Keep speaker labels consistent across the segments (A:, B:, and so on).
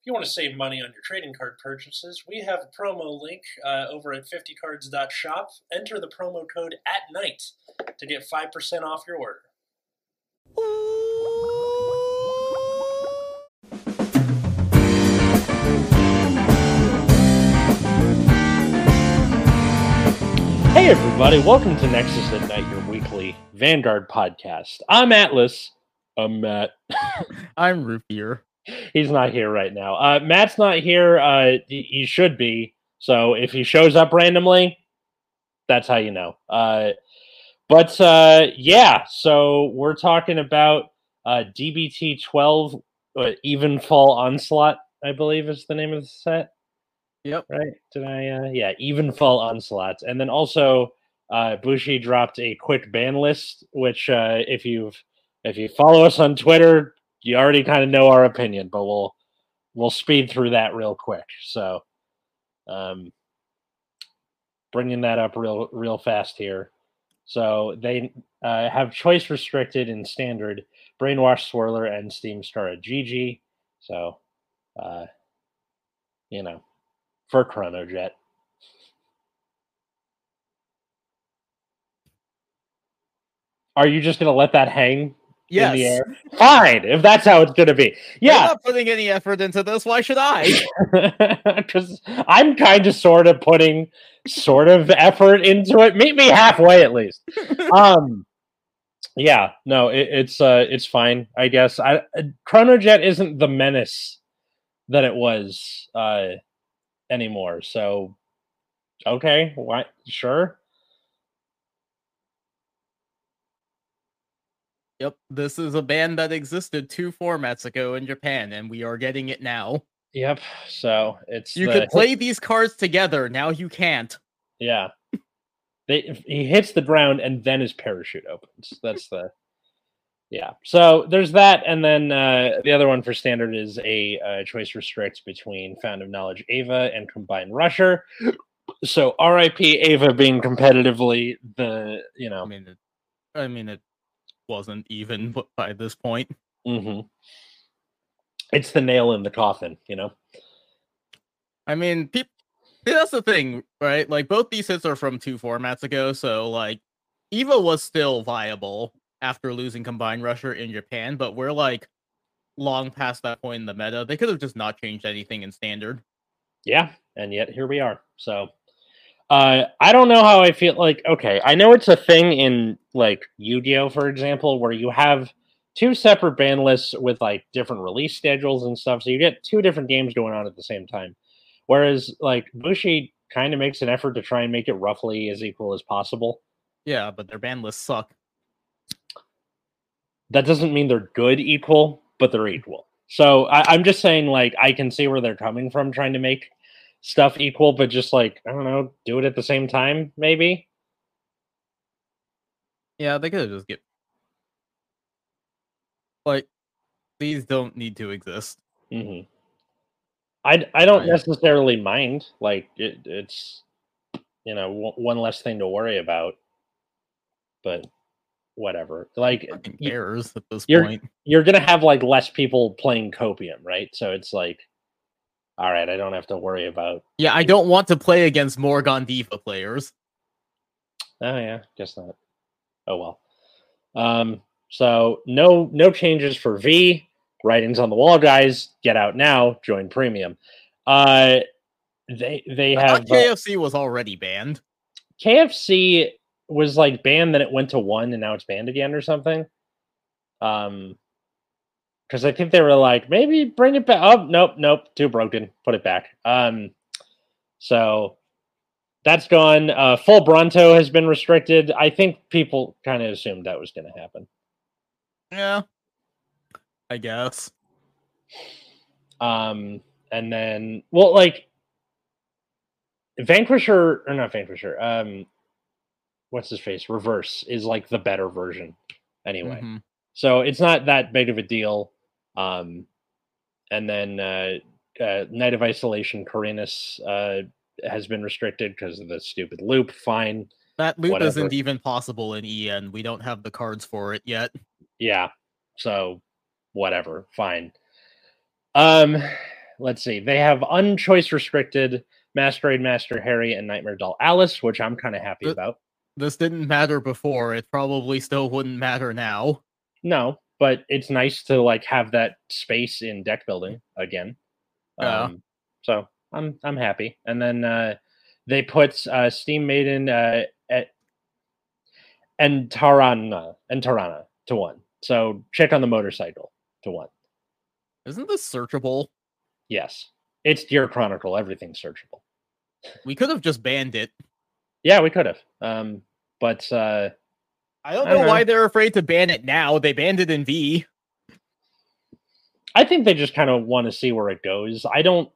A: If you want to save money on your trading card purchases, we have a promo link uh, over at 50cards.shop. Enter the promo code at night to get 5% off your order. Hey, everybody, welcome to Nexus at Night, your weekly Vanguard podcast. I'm Atlas. I'm Matt.
B: I'm Roofier.
A: He's not here right now. Uh, Matt's not here. Uh, he he should be. So if he shows up randomly, that's how you know. Uh, but uh, yeah, so we're talking about uh, DBT 12 uh, Evenfall Onslaught, I believe is the name of the set
B: Yep.
A: right? Did I? Uh, yeah, even fall onslaught, and then also uh, Bushi dropped a quick ban list, which uh, if you've if you follow us on Twitter, you already kind of know our opinion, but we'll we'll speed through that real quick. So, um, bringing that up real real fast here. So they uh, have choice restricted in standard, brainwash swirler, and steam star at GG. So, uh, you know, for Chronojet. Are you just gonna let that hang
B: Yes.
A: in the air? Fine, if that's how it's gonna be.
B: You're
A: Yeah,
B: not putting any effort into this. Why should I?
A: because I'm kind of sort of putting sort of effort into it. Meet me halfway at least. um, yeah, no, it, it's uh, it's fine, I guess. I uh, Chronojet isn't the menace that it was uh anymore. So, okay, why? Sure.
B: yep. This is a band that existed two formats ago in Japan, and we are getting it now.
A: Yep. So it's
B: You
A: the-
B: could play these cards together. Now you can't.
A: Yeah. They, he hits the ground and then his parachute opens. That's the yeah. So there's that, and then uh, the other one for standard is a uh, choice restrict between Found of Knowledge Ava and Combined Rusher. So R.I.P. Ava being competitively the you
B: I
A: know
B: mean, it, I mean, it wasn't even b- by this point.
A: mhm. it's the nail in the coffin. You know.
B: I mean, people. That's the thing, right? Like both these hits are from two formats ago, so like Eva was still viable after losing Combined Rusher in Japan, but we're like long past that point in the meta. They could have just not changed anything in standard.
A: Yeah, and yet here we are. So uh I don't know how I feel like okay, I know it's a thing in like Yu-Gi-Oh for example where you have two separate ban lists with like different release schedules and stuff. So you get two different games going on at the same time. Whereas like Bushi kind of makes an effort to try and make it roughly as equal as possible.
B: Yeah, but their ban lists suck.
A: That doesn't mean they're good equal, but they're equal. So I, I'm just saying like I can see where they're coming from trying to make stuff equal, but just like I don't know, do it at the same time, maybe.
B: Yeah, they could have just get like these don't need to exist.
A: Mm-hmm. I I don't
B: Right.
A: necessarily mind. Like it, it's you know w- one less thing to worry about, but whatever. Like
B: Fucking
A: y-
B: cares at this
A: Uh, you're-
B: point.
A: you're gonna have like less people playing copium, right? So it's like, all right, I don't have to worry about.
B: Yeah, I don't want to play against more Gondiva players.
A: Oh yeah, guess not. Oh well. Um. So no no changes for V. Writings on the wall, guys. Get out now. Join premium. Uh, they they
B: I
A: have.
B: thought
A: uh,
B: KFC was already banned.
A: KFC was like banned, then it went to one, and now it's banned again or something. Um, because I think they were like, maybe bring it back. Oh, nope, nope, too broken. Put it back. Um, so that's gone. Uh, full Bronto has been restricted. I think people kind of assumed that was going to happen.
B: Yeah. I guess.
A: Um, and then, well, like Vanquisher or not Vanquisher. Um, what's his face? Reverse is like the better version, anyway.
B: Mhm.
A: So it's not that big of a deal. Um, and then uh, uh, Night of Isolation, Corinus uh, has been restricted because of the stupid loop. Fine.
B: That loop isn't
A: Whatever.
B: even possible in EN. We don't have the cards for it yet.
A: Yeah. So whatever. Fine. Um, let's see. They have unchoice restricted Masquerade Master Harry and Nightmare Doll Alice, which I'm kind of happy
B: Uh,
A: about.
B: This didn't matter before. It probably still wouldn't matter now.
A: No, but it's nice to like have that space in deck building again.
B: Yeah.
A: Um, so I'm I'm happy. And then uh, they put uh, Steam Maiden uh, at and Tarana and Tarana to one. So check on the motorcycle to one.
B: Isn't this searchable?
A: Yes, it's Deer Chronicle. Everything's searchable.
B: We could have just banned it.
A: Yeah, we could have. Um, but uh,
B: I don't
A: I don't
B: know why
A: know.
B: they're afraid to ban it now. They banned it in V.
A: I think they just kind of want to see where it goes. I don't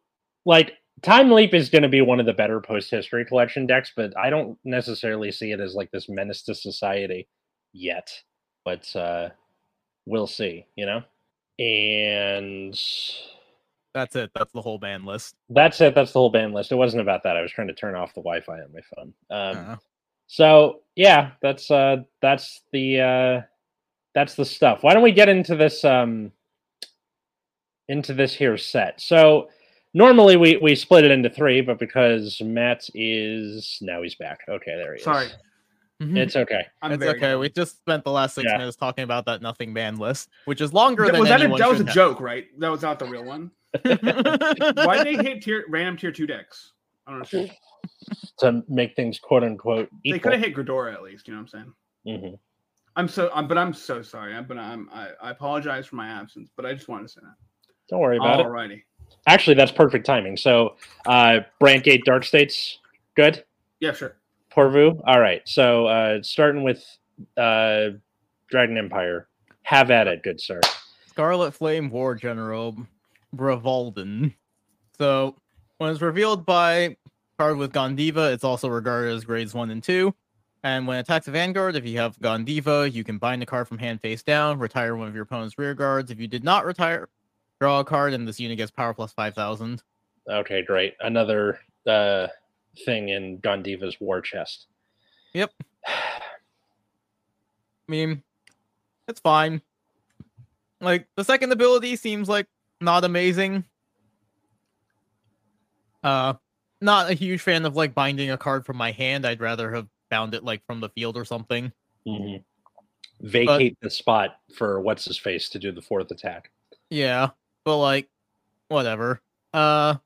A: like Time Leap is going to be one of the better post history collection decks, but I don't necessarily see it as like this menace to society yet. But uh, we'll see, you know? And
B: That's it. That's the whole ban list.
A: that's it. That's the whole ban list. It wasn't about that. I was trying to turn off the Wi Fi on my phone. Um,
B: Uh,
A: So yeah, that's uh that's the uh that's the stuff. Why don't we get into this um into this here set? So normally we we split it into three, but because Matt is now he's back. Okay, there he
C: Sorry,
A: is.
B: mhm.
A: It's okay.
C: I'm
B: it's
C: very
B: okay. We just spent the last six
A: Yeah.
B: minutes talking about that nothing ban list, which is longer
C: That-
B: than
C: was that, a,
B: anyone
C: that was a
B: should
C: joke, right? That was not the real one.
B: have.
C: Why did they hit tier random tier two decks? I don't know.
A: To make things quote unquote
C: They could
A: equal.
C: have hit Gridora at least. You know what I'm saying?
A: Mhm.
C: I'm so, I'm, but I'm so sorry. I'm, but I'm, I, I apologize for my absence. But I just wanted to say that.
A: Don't worry about it.
C: Alrighty.
A: Actually, that's perfect timing. So uh Brandgate Dark States, good.
C: Yeah, sure.
A: Porvu. All right. So uh, starting with uh, Dragon Empire. Have at it, good sir.
B: Scarlet Flame War General Bravalden. So, when it's revealed by card with Gondiva, it's also regarded as grades 1 and 2. And when attacked Vanguard, if you have Gondiva, you can bind a card from hand face down, retire one of your opponent's rear guards. If you did not retire, draw a card, and this unit gets power plus 5,000.
A: Okay, great. Another uh, thing in Gondiva's war chest.
B: Yep. I mean, it's fine. Like the second ability seems like not amazing. Uh not a huge fan of like binding a card from my hand. I'd rather have bound it like from the field or something.
C: Mm-hmm.
A: Mhm. Vacate the spot for what's his face to do the fourth attack.
B: Yeah. But like whatever. Uh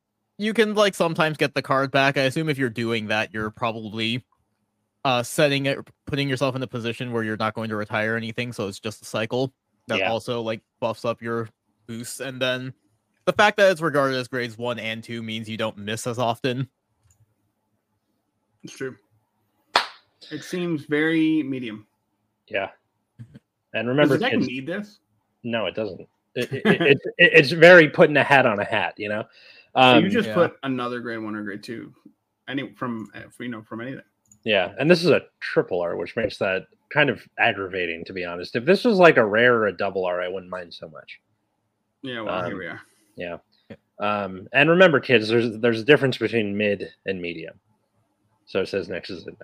B: you can like sometimes get the card back. I assume if you're doing that, you're probably uh setting it putting yourself in a position where you're not going to retire anything, so it's just a cycle that
A: Yeah.
B: also like buffs up your boosts and then the fact that it's regarded as grades 1 and 2 means you don't miss as often.
C: It's true. It seems very medium.
A: Yeah. And
C: Does
A: remember,
C: the deck
A: kids,
C: need this?
A: no, it doesn't. It, it, it, it's- it- it's very putting a hat on a hat, you know.
C: So
A: Um,
C: you just
B: yeah.
C: put another grade one or grade two, any from eh, you know from anything.
A: Yeah, and this is a triple R, which makes that kind of aggravating, to be honest. If this was like a rare or a double R, I wouldn't mind so much.
C: Yeah, well
A: Um,
C: here we are.
A: Yeah. Um, and remember, kids, there's there's a difference between mid and medium. So it says next is at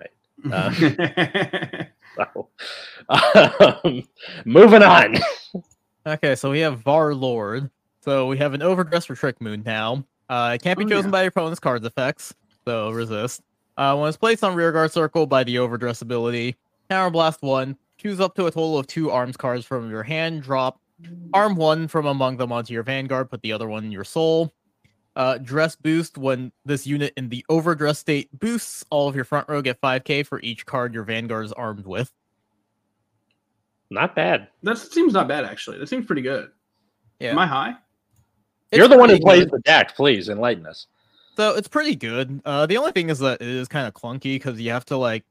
A: night. uh. So, um, moving on.
B: Okay, so we have Varlord. So we have an overdress for Trick Moon now. Uh, it can't be
C: Oh,
B: chosen
C: yeah.
B: by your opponent's card's effects, so resist. Uh, when it's placed on rearguard circle by the overdress ability, Hammer Blast 1, choose up to a total of two arms cards from your hand, drop arm one from among them onto your vanguard, put the other one in your soul. Uh, dress boost when this unit in the overdress state boosts, all of your front row get 5k for each card your vanguard is armed with.
A: Not bad.
C: that seems not bad actually. That seems pretty good.
B: Yeah.
C: Am I high?
A: You're
B: It's
A: the one who
B: pretty
A: plays
B: good.
A: the deck. Please enlighten us.
B: So it's pretty good. Uh, the only thing is that it is kind of clunky because you have to like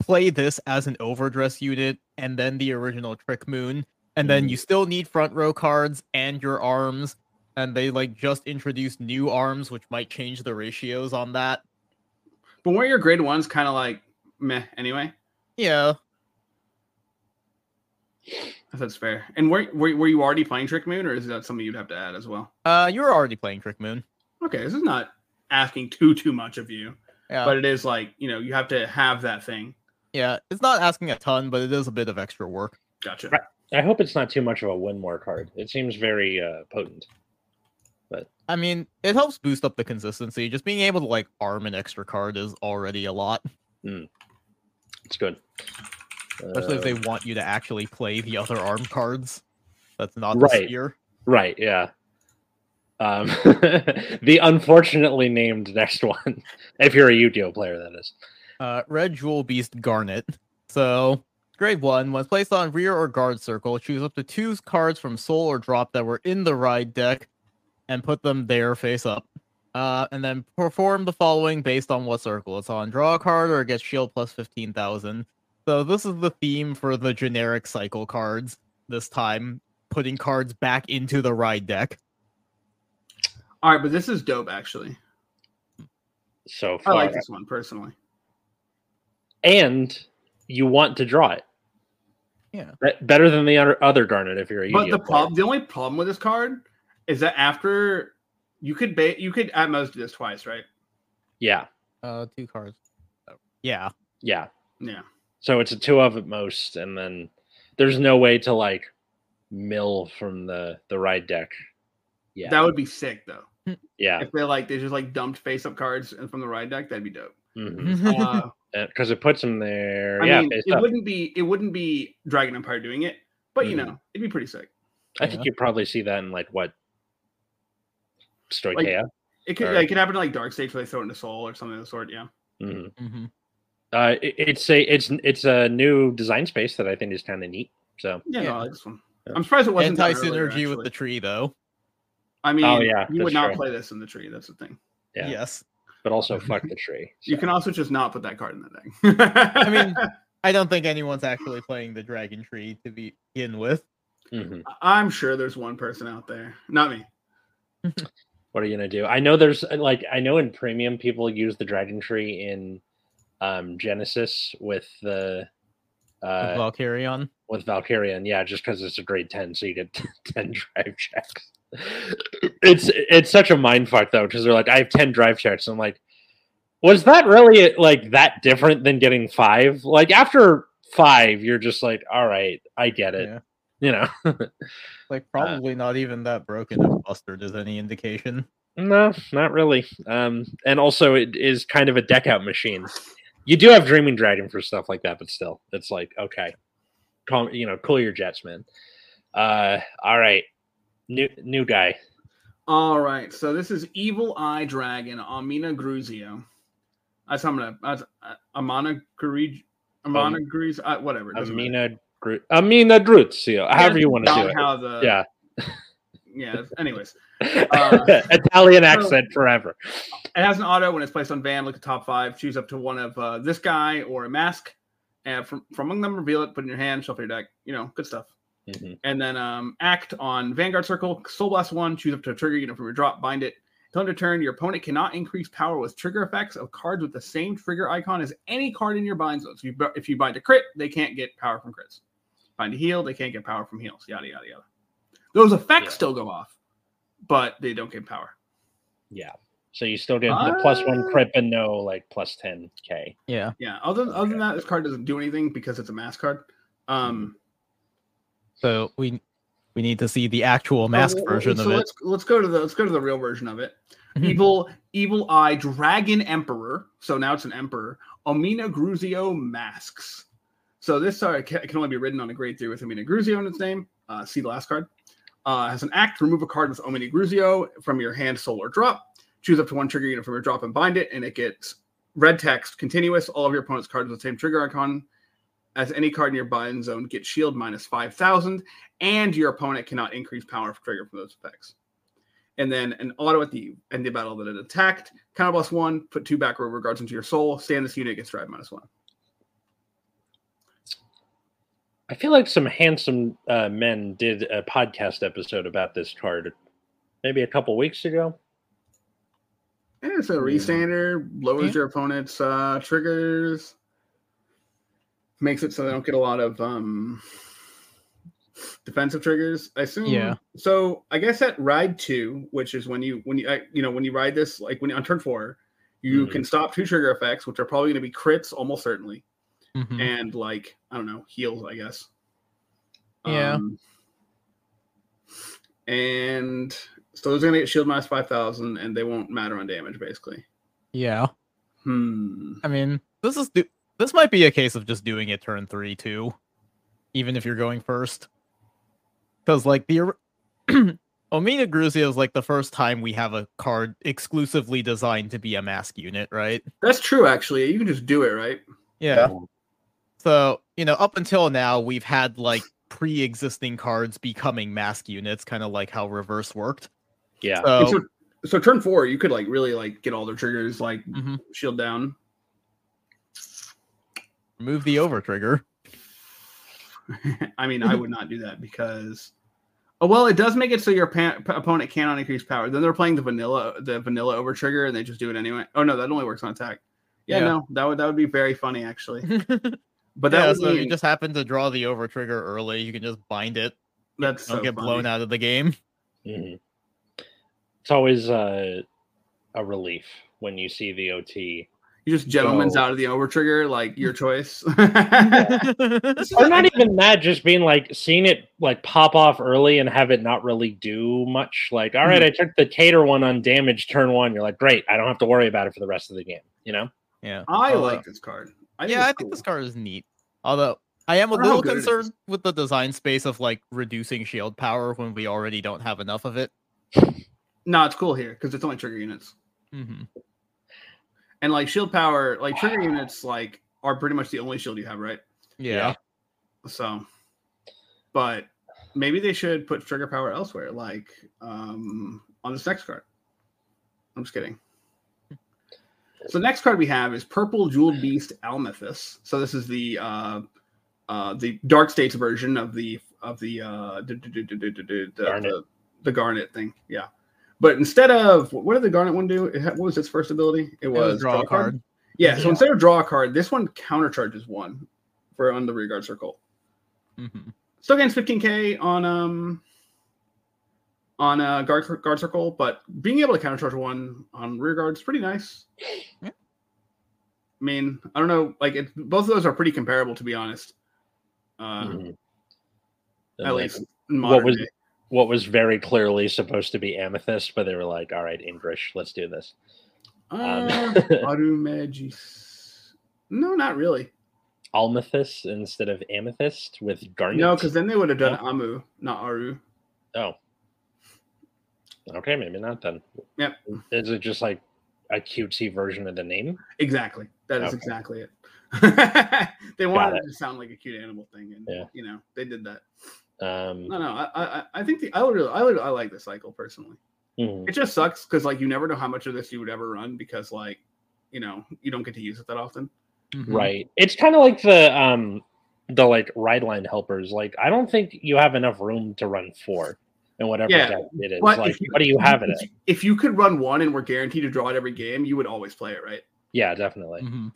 B: play this as an overdress unit and then the original Trick Moon, and then you still need front row cards and your arms. And they like just introduced new arms, which might change the ratios on that.
C: But weren't your grade ones kind of like meh anyway?
B: Yeah,
C: If that's fair. And were, were were you already playing Trick Moon, or is that something you'd have to add as well?
B: uh, you were already playing Trick Moon.
C: Okay, this is not asking too too much of you,
B: Yeah,
C: but it is like you know you have to have that thing.
B: yeah, it's not asking a ton, but it is a bit of extra work.
C: Gotcha.
A: I hope it's not too much of a win more card. It seems very uh, potent.
B: I mean, it helps boost up the consistency. Just being able to like arm an extra card is already a lot,
A: It's good.
B: especially
A: Uh,
B: if they want you to actually play the other arm cards. That's not
A: Right.
B: this year.
A: Right, yeah. Um, the unfortunately named next one, if you're a Yu-Gi-Oh player, that is.
B: Uh, Red Jewel Beast Garnet. So, grade one, when placed on rear or guard circle, choose up to two cards from soul or drop that were in the ride deck and put them there face up. Uh, and then perform the following based on what circle it's on draw a card or it gets shield plus 15,000. So, this is the theme for the generic cycle cards this time, putting cards back into the ride deck.
C: All right, but this is dope actually.
A: So
C: I
A: far,
C: like this one personally.
A: and you want to draw it.
B: Yeah.
A: Be- better than the other, other Garnet if you're a
C: But
A: Yu-Gi-Oh
C: the
A: player.
C: problem, the only problem with this card is that after you could ba- you could at most do this twice, right?
A: Yeah,
B: Uh, two cards. Oh, Yeah.
A: yeah.
C: Yeah.
A: So it's a two of at most, and then there's no way to like mill from the the ride deck. Yeah,
C: That would be sick though.
A: yeah,
C: If they like they just like dumped face up cards and from the ride deck, that'd be dope.
A: because
C: Uh,
A: mm-hmm. it puts them there.
C: I
A: yeah,
C: mean,
A: face
C: it
A: up.
C: wouldn't be it wouldn't be Dragon Empire doing it, but you
A: Mhm.
C: know, it'd be pretty sick.
A: I think you probably see that in like what Stoichea.
C: It could
A: Or-
C: like, it could happen to like Dark Stage where they throw it into Soul or something of the sort. Yeah,
A: hmm
B: Mhm.
A: Uh, it- it's a it's it's a new design space that I think is kind of neat. So
C: yeah,
B: Yeah.
C: No, I like this one. I'm surprised it wasn't
B: Anti
C: done earlier,
B: synergy with
C: actually.
B: the tree, though.
C: I mean,
A: Oh, yeah,
C: you would
A: that's
C: not
A: true.
C: play this in the tree. That's the thing.
A: Yeah.
B: Yes.
A: but also fuck the tree.
C: Mm-hmm. You
A: so.
C: can also just not put that card in the deck.
B: I mean, I don't think anyone's actually playing the Dragon Tree to begin with.
A: Mhm.
C: I'm sure there's one person out there, not me.
A: What are you gonna do? I know there's uh, like I know in premium people use the dragon tree in um Genesis with the
B: with
A: uh
B: Valkyrion.
A: with Valkyrian, yeah, just because it's a grade ten, so you get ten drive checks. It's it's such a mind fuck though, because they're like, I have ten drive checks. I'm like, was that really like that different than getting five? Like after five, you're just like, all right, I get it.
B: Yeah.
A: You know,
B: Like probably not even that broken and busted is any indication.
A: No, not really. Um, and also, it is kind of a deck out machine. You do have Dreaming Dragon for stuff like that, but still, it's like okay, calm, you know, cool your jets, man. Uh, all right, new new guy.
C: All right, so this is Evil Eye Dragon Amina Gruzio. That's I'm gonna that's, uh, Amana Gruz Amana Gruz uh, whatever. it doesn't matter.
A: Um, Amina Gru- Amina Druzio, however
C: That's
A: you want to do
C: about
A: it.
C: How the
A: yeah,
C: yeah. Anyways, uh,
A: Italian
C: so-
A: accent forever.
C: It has an auto when it's placed on van. Look at top five. Choose up to one of uh, this guy or a mask. And from, from among them, reveal it. Put it in your hand. Shuffle your deck. You know, good stuff.
A: Mhm.
C: And then um, act on Vanguard Circle. Soul Blast one. Choose up to a trigger. You know, from your drop, bind it. Until end of turn, your opponent cannot increase power with trigger effects of cards with the same trigger icon as any card in your bind zone. So you, bu- if you bind a crit, they can't get power from crits. Bind a heal, they can't get power from heals. Yada yada yada. Those effects
A: Yeah.
C: still go off, but they don't get power.
A: Yeah, so you still get the plus one
C: Ah.
A: crit, but no like plus ten k.
B: Yeah.
C: Yeah. Other other
A: Okay.
C: than that, this card doesn't do anything because it's a mass card. Um,
B: So we we need to see the actual
C: so
B: mask
C: w- w-
B: version
C: Oh, so
B: of it. Mhm.
C: Let's, let's go to the let's go to the real version of it. evil evil eye dragon emperor. So now it's an emperor. Amina Gruzio masks. So this sorry can, can only be written on a grade three with Amina Gruzio in its name. Uh, see the last card. Uh, has an act. Remove a card with Amina Gruzio from your hand, soul, or drop. Choose up to one trigger unit from your drop and bind it, and it gets red text continuous. All of your opponent's cards with the same trigger icon as any card in your bind zone gets shield minus 5,000, and your opponent cannot increase power for trigger from those effects. And then an auto at the end of the battle that it attacked, counter plus one, put two back row regards into your soul, stand this unit, gets drive minus one.
A: I feel like some handsome uh, men did a podcast episode about this card, maybe a couple weeks ago.
C: And it's a restander, lowers your opponent's uh, triggers, makes it so they don't get a lot of um, defensive triggers. I assume.
B: Yeah.
C: So I guess at ride two, which is when you when you I- you know when you ride this like when you on turn four, you
A: Mhm.
C: can stop two trigger effects, which are probably going to be crits almost certainly,
B: Mhm.
C: and like I don't know heals, I guess.
B: Yeah.
C: Um, and So those are gonna get shield minus five thousand, and they won't matter on damage, basically.
B: Yeah.
C: Hmm.
B: I mean, this is do- this might be a case of just doing it turn three too, even if you're going first, because like the or- Omega Gruzia is like the first time we have a card exclusively designed to be a mask unit, right?
C: That's true, actually. You can just do it, right?
B: Yeah. So you know, up until now, we've had like pre-existing cards becoming mask units, kind of like how reverse worked.
A: Yeah.
B: So,
C: And So, so turn four, you could like really like get all their triggers like
B: mhm,
C: shield down.
B: remove the over trigger.
C: I mean,
B: Mm-hmm.
C: I would not do that because, oh well, it does make it so your pa- p- opponent cannot increase power. Then they're playing the vanilla, the vanilla over trigger, and they just do it anyway. Oh no, that only works on attack. Yeah,
B: Yeah.
C: no, that would that would be very funny actually.
B: but
C: But that
B: yeah,
C: would
B: so if you
C: mean-
B: just happen to draw the over trigger early, you can just bind it.
C: that's so
B: don't get
C: funny.
B: blown out of the game.
A: Mhm. It's always uh, a relief when you see the OT.
C: You just gentlemen's
A: So-
C: out of the over trigger, like your choice.
A: Or not even that, just being like seeing it like pop off early and have it not really do much. Like, all right, I
C: Mm-hmm.
A: took the cater one on damage turn one. You're like, great, I don't have to worry about it for the rest of the game. You know?
B: yeah,
C: I
B: although-
C: like this card. I think
B: Uh, yeah, I
C: it's
B: think this
C: cool.
B: card is neat. Although I am a
C: I don't know how
B: little
C: good it is.
B: concerned with the design space of like reducing shield power when we already don't have enough of it.
C: No, it's cool here because it's only trigger units.
B: hmm
C: And like shield power, like trigger units, like are pretty much the only shield you have, right?
B: Yeah.
C: So, but maybe they should put trigger power elsewhere, like um, on this next card. I'm just kidding. So next card we have is Purple Jeweled Beast Almethus. So this is the uh, uh, the Dark States version of the of the uh, du- du- du- du- du- du- du- the,
A: Garnet.
C: the the Garnet thing. Yeah, but instead of what did the Garnet one do? It had, what was its first ability?
B: It
C: It was,
B: was draw a card.
C: Yeah. So
A: Yeah.
C: instead of draw a card, this one countercharges one for on the rear guard circle
B: Mhm.
C: still gains 15k on um on uh guard guard circle, but being able to countercharge one on rear guard is pretty nice.
B: Yeah.
C: I mean, I don't know, like it, both of those are pretty comparable to be honest. Uh,
A: Mhm. And,
C: At
A: like,
C: least in modern
A: was-
C: day.
A: what was very clearly supposed to be amethyst, but they were like, all right, English, let's do this.
C: Uh,
A: Um,
C: Arumagis- No, not really.
A: Almethus instead of amethyst with garnet.
C: No, because then they would have done Amu, not Aru.
A: Oh. Okay, maybe not then.
C: Yep.
A: Is it just like a cutesy version of the name?
C: Exactly. That is
A: Okay.
C: exactly it. they wanted
A: it.
C: it to sound like a cute animal thing, and
A: Yeah.
C: you know they did that.
A: Um,
C: No, no, I, I, I- I think the I would really, I would, I like this cycle personally.
A: mhm.
C: It just sucks because like you never know how much of this you would ever run because like you know you don't get to use it that often. Mm-hmm.
B: Mhm.
A: Right. It's kind of like the um the like ride line helpers. Like I don't think you have enough room to run four and whatever
C: Yeah,
A: deck it is.
C: but
A: Like
C: if you-
A: what do you have it
C: if,
A: at?
C: if you could run one and were guaranteed to draw it every game, you would always play it, right?
A: Yeah, definitely.
B: Mhm.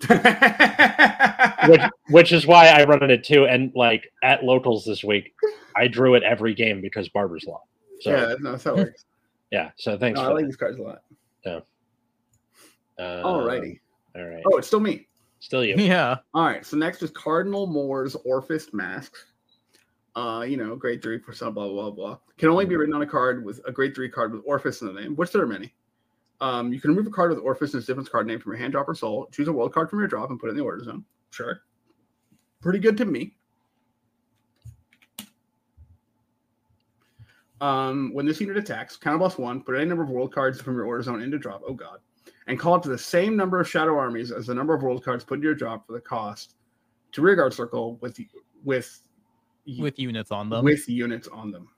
A: which which is why I run it too. And like at locals this week, I drew it every game because Barber's Law. So
C: yeah,
A: yeah,
C: that's- that's how it works.
A: so thanks.
C: No, I
A: for
C: like these cards a lot.
A: that. Um,
C: Alrighty.
A: All right.
C: Oh, it's still me.
A: Still you.
B: Yeah.
C: All right, so next is Cardinal Moore's Orphist Masks. Uh, you know, grade three percent, blah blah blah. Can only be written on a card with a grade three card with Orphis in the name, which there are many. Um, you can remove a card with Orphis and its difference card name from your hand, drop, or soul. Choose a world card from your drop and put it in the order zone. Sure, pretty good to me. Um, when this unit attacks, counter plus one, put any number of world cards from your order zone into drop. Oh god and call up to the same number of shadow armies as the number of world cards put into your drop for the cost to rearguard circle with with
B: With units on them.
C: with units on them.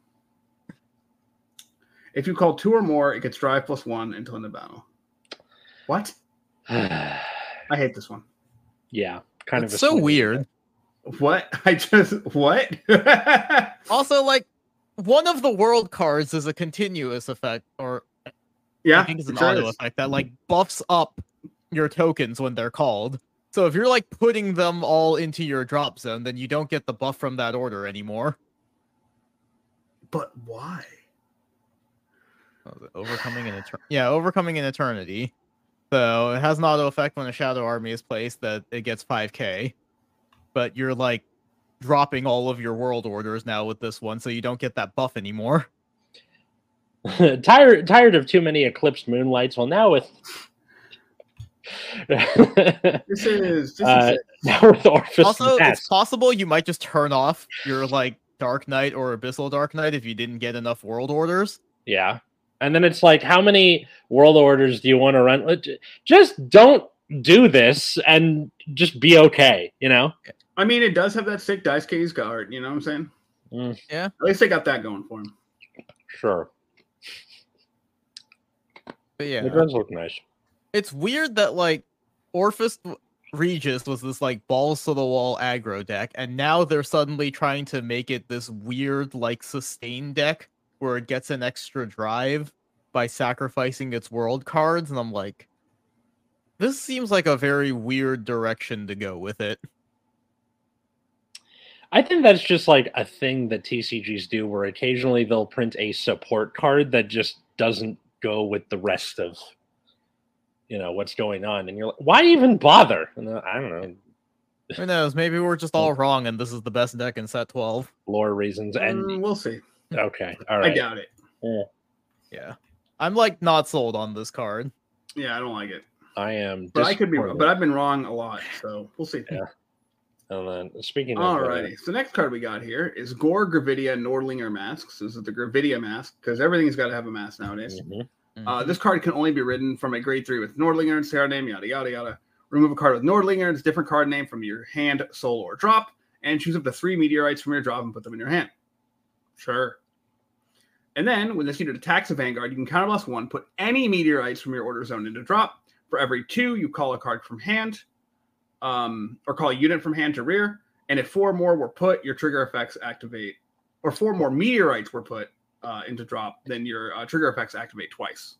C: If you call two or more, it gets drive plus one until end of battle. What? I hate this one.
A: yeah. Kind
B: It's
A: of a
B: so
A: swing.
B: weird.
C: What? I just what?
B: Also, like one of the world cards is a continuous effect, or I
C: yeah,
B: think it's
C: it
B: an
C: sure
B: auto
C: is.
B: effect that like buffs up your tokens when they're called. So if you're like putting them all into your drop zone, then you don't get the buff from that order anymore.
C: But why?
B: What was it? Overcoming an eternity. Yeah, overcoming an eternity. So it has an auto effect when a shadow army is placed that it gets 5k. But you're like dropping all of your world orders now with this one, so you don't get that buff anymore.
A: tired tired of too many eclipsed moonlights. Well, now with
C: This is this
A: Uh,
C: is it.
A: now with Orpheus
B: also,
A: Mask.
B: it's possible you might just turn off your like Dark Knight or Abyssal Dark Knight if you didn't get enough world orders.
A: Yeah. And then it's like, how many world orders do you want to run? Like, j- Just don't do this and just be okay, you know?
C: I mean, it does have that sick dice case guard. You know what I'm saying?
A: Mm.
B: Yeah.
C: At least they got that going for him.
A: Sure.
B: But yeah,
A: It does look nice.
B: it's weird that like Orphis Regis was this like balls to the wall aggro deck, and now they're suddenly trying to make it this weird like sustain deck where it gets an extra drive by sacrificing its world cards, and I'm like, this seems like a very weird direction to go with it.
A: I think that's just like a thing that TCGs do where occasionally they'll print a support card that just doesn't go with the rest of you know what's going on and you're like why even bother and uh, i don't know
B: Who knows? Maybe we're just all wrong, and this is the best deck in set twelve.
A: lore reasons and
C: Mm, we'll see.
A: okay all right
C: I doubt it.
B: Yeah, I'm like not sold on this card.
C: Yeah, I don't like it.
A: i am
C: But I could be.
A: disappointed.
C: But I've been wrong a lot, so we'll see.
A: Yeah. and then speaking of uh,
C: Alrighty. So next card we got here is Gore, Gravidia, Nordlinger masks. This is the Gravidia mask because everything's got to have a mask nowadays.
A: mhm.
C: Uh, this card can only be ridden from a grade three with Nordlinger and Sarah name, yada yada yada. Remove a card with Nordlinger and its different card name from your hand, soul, or drop, and choose up to three meteorites from your drop and put them in your hand. Sure. And then when this unit attacks a vanguard, you can counterblast one, put any meteorites from your order zone into drop. For every two, you call a card from hand, um, or call a unit from hand to rear. And if four more were put, your trigger effects activate, or four more meteorites were put uh, into drop, then your uh, trigger effects activate twice.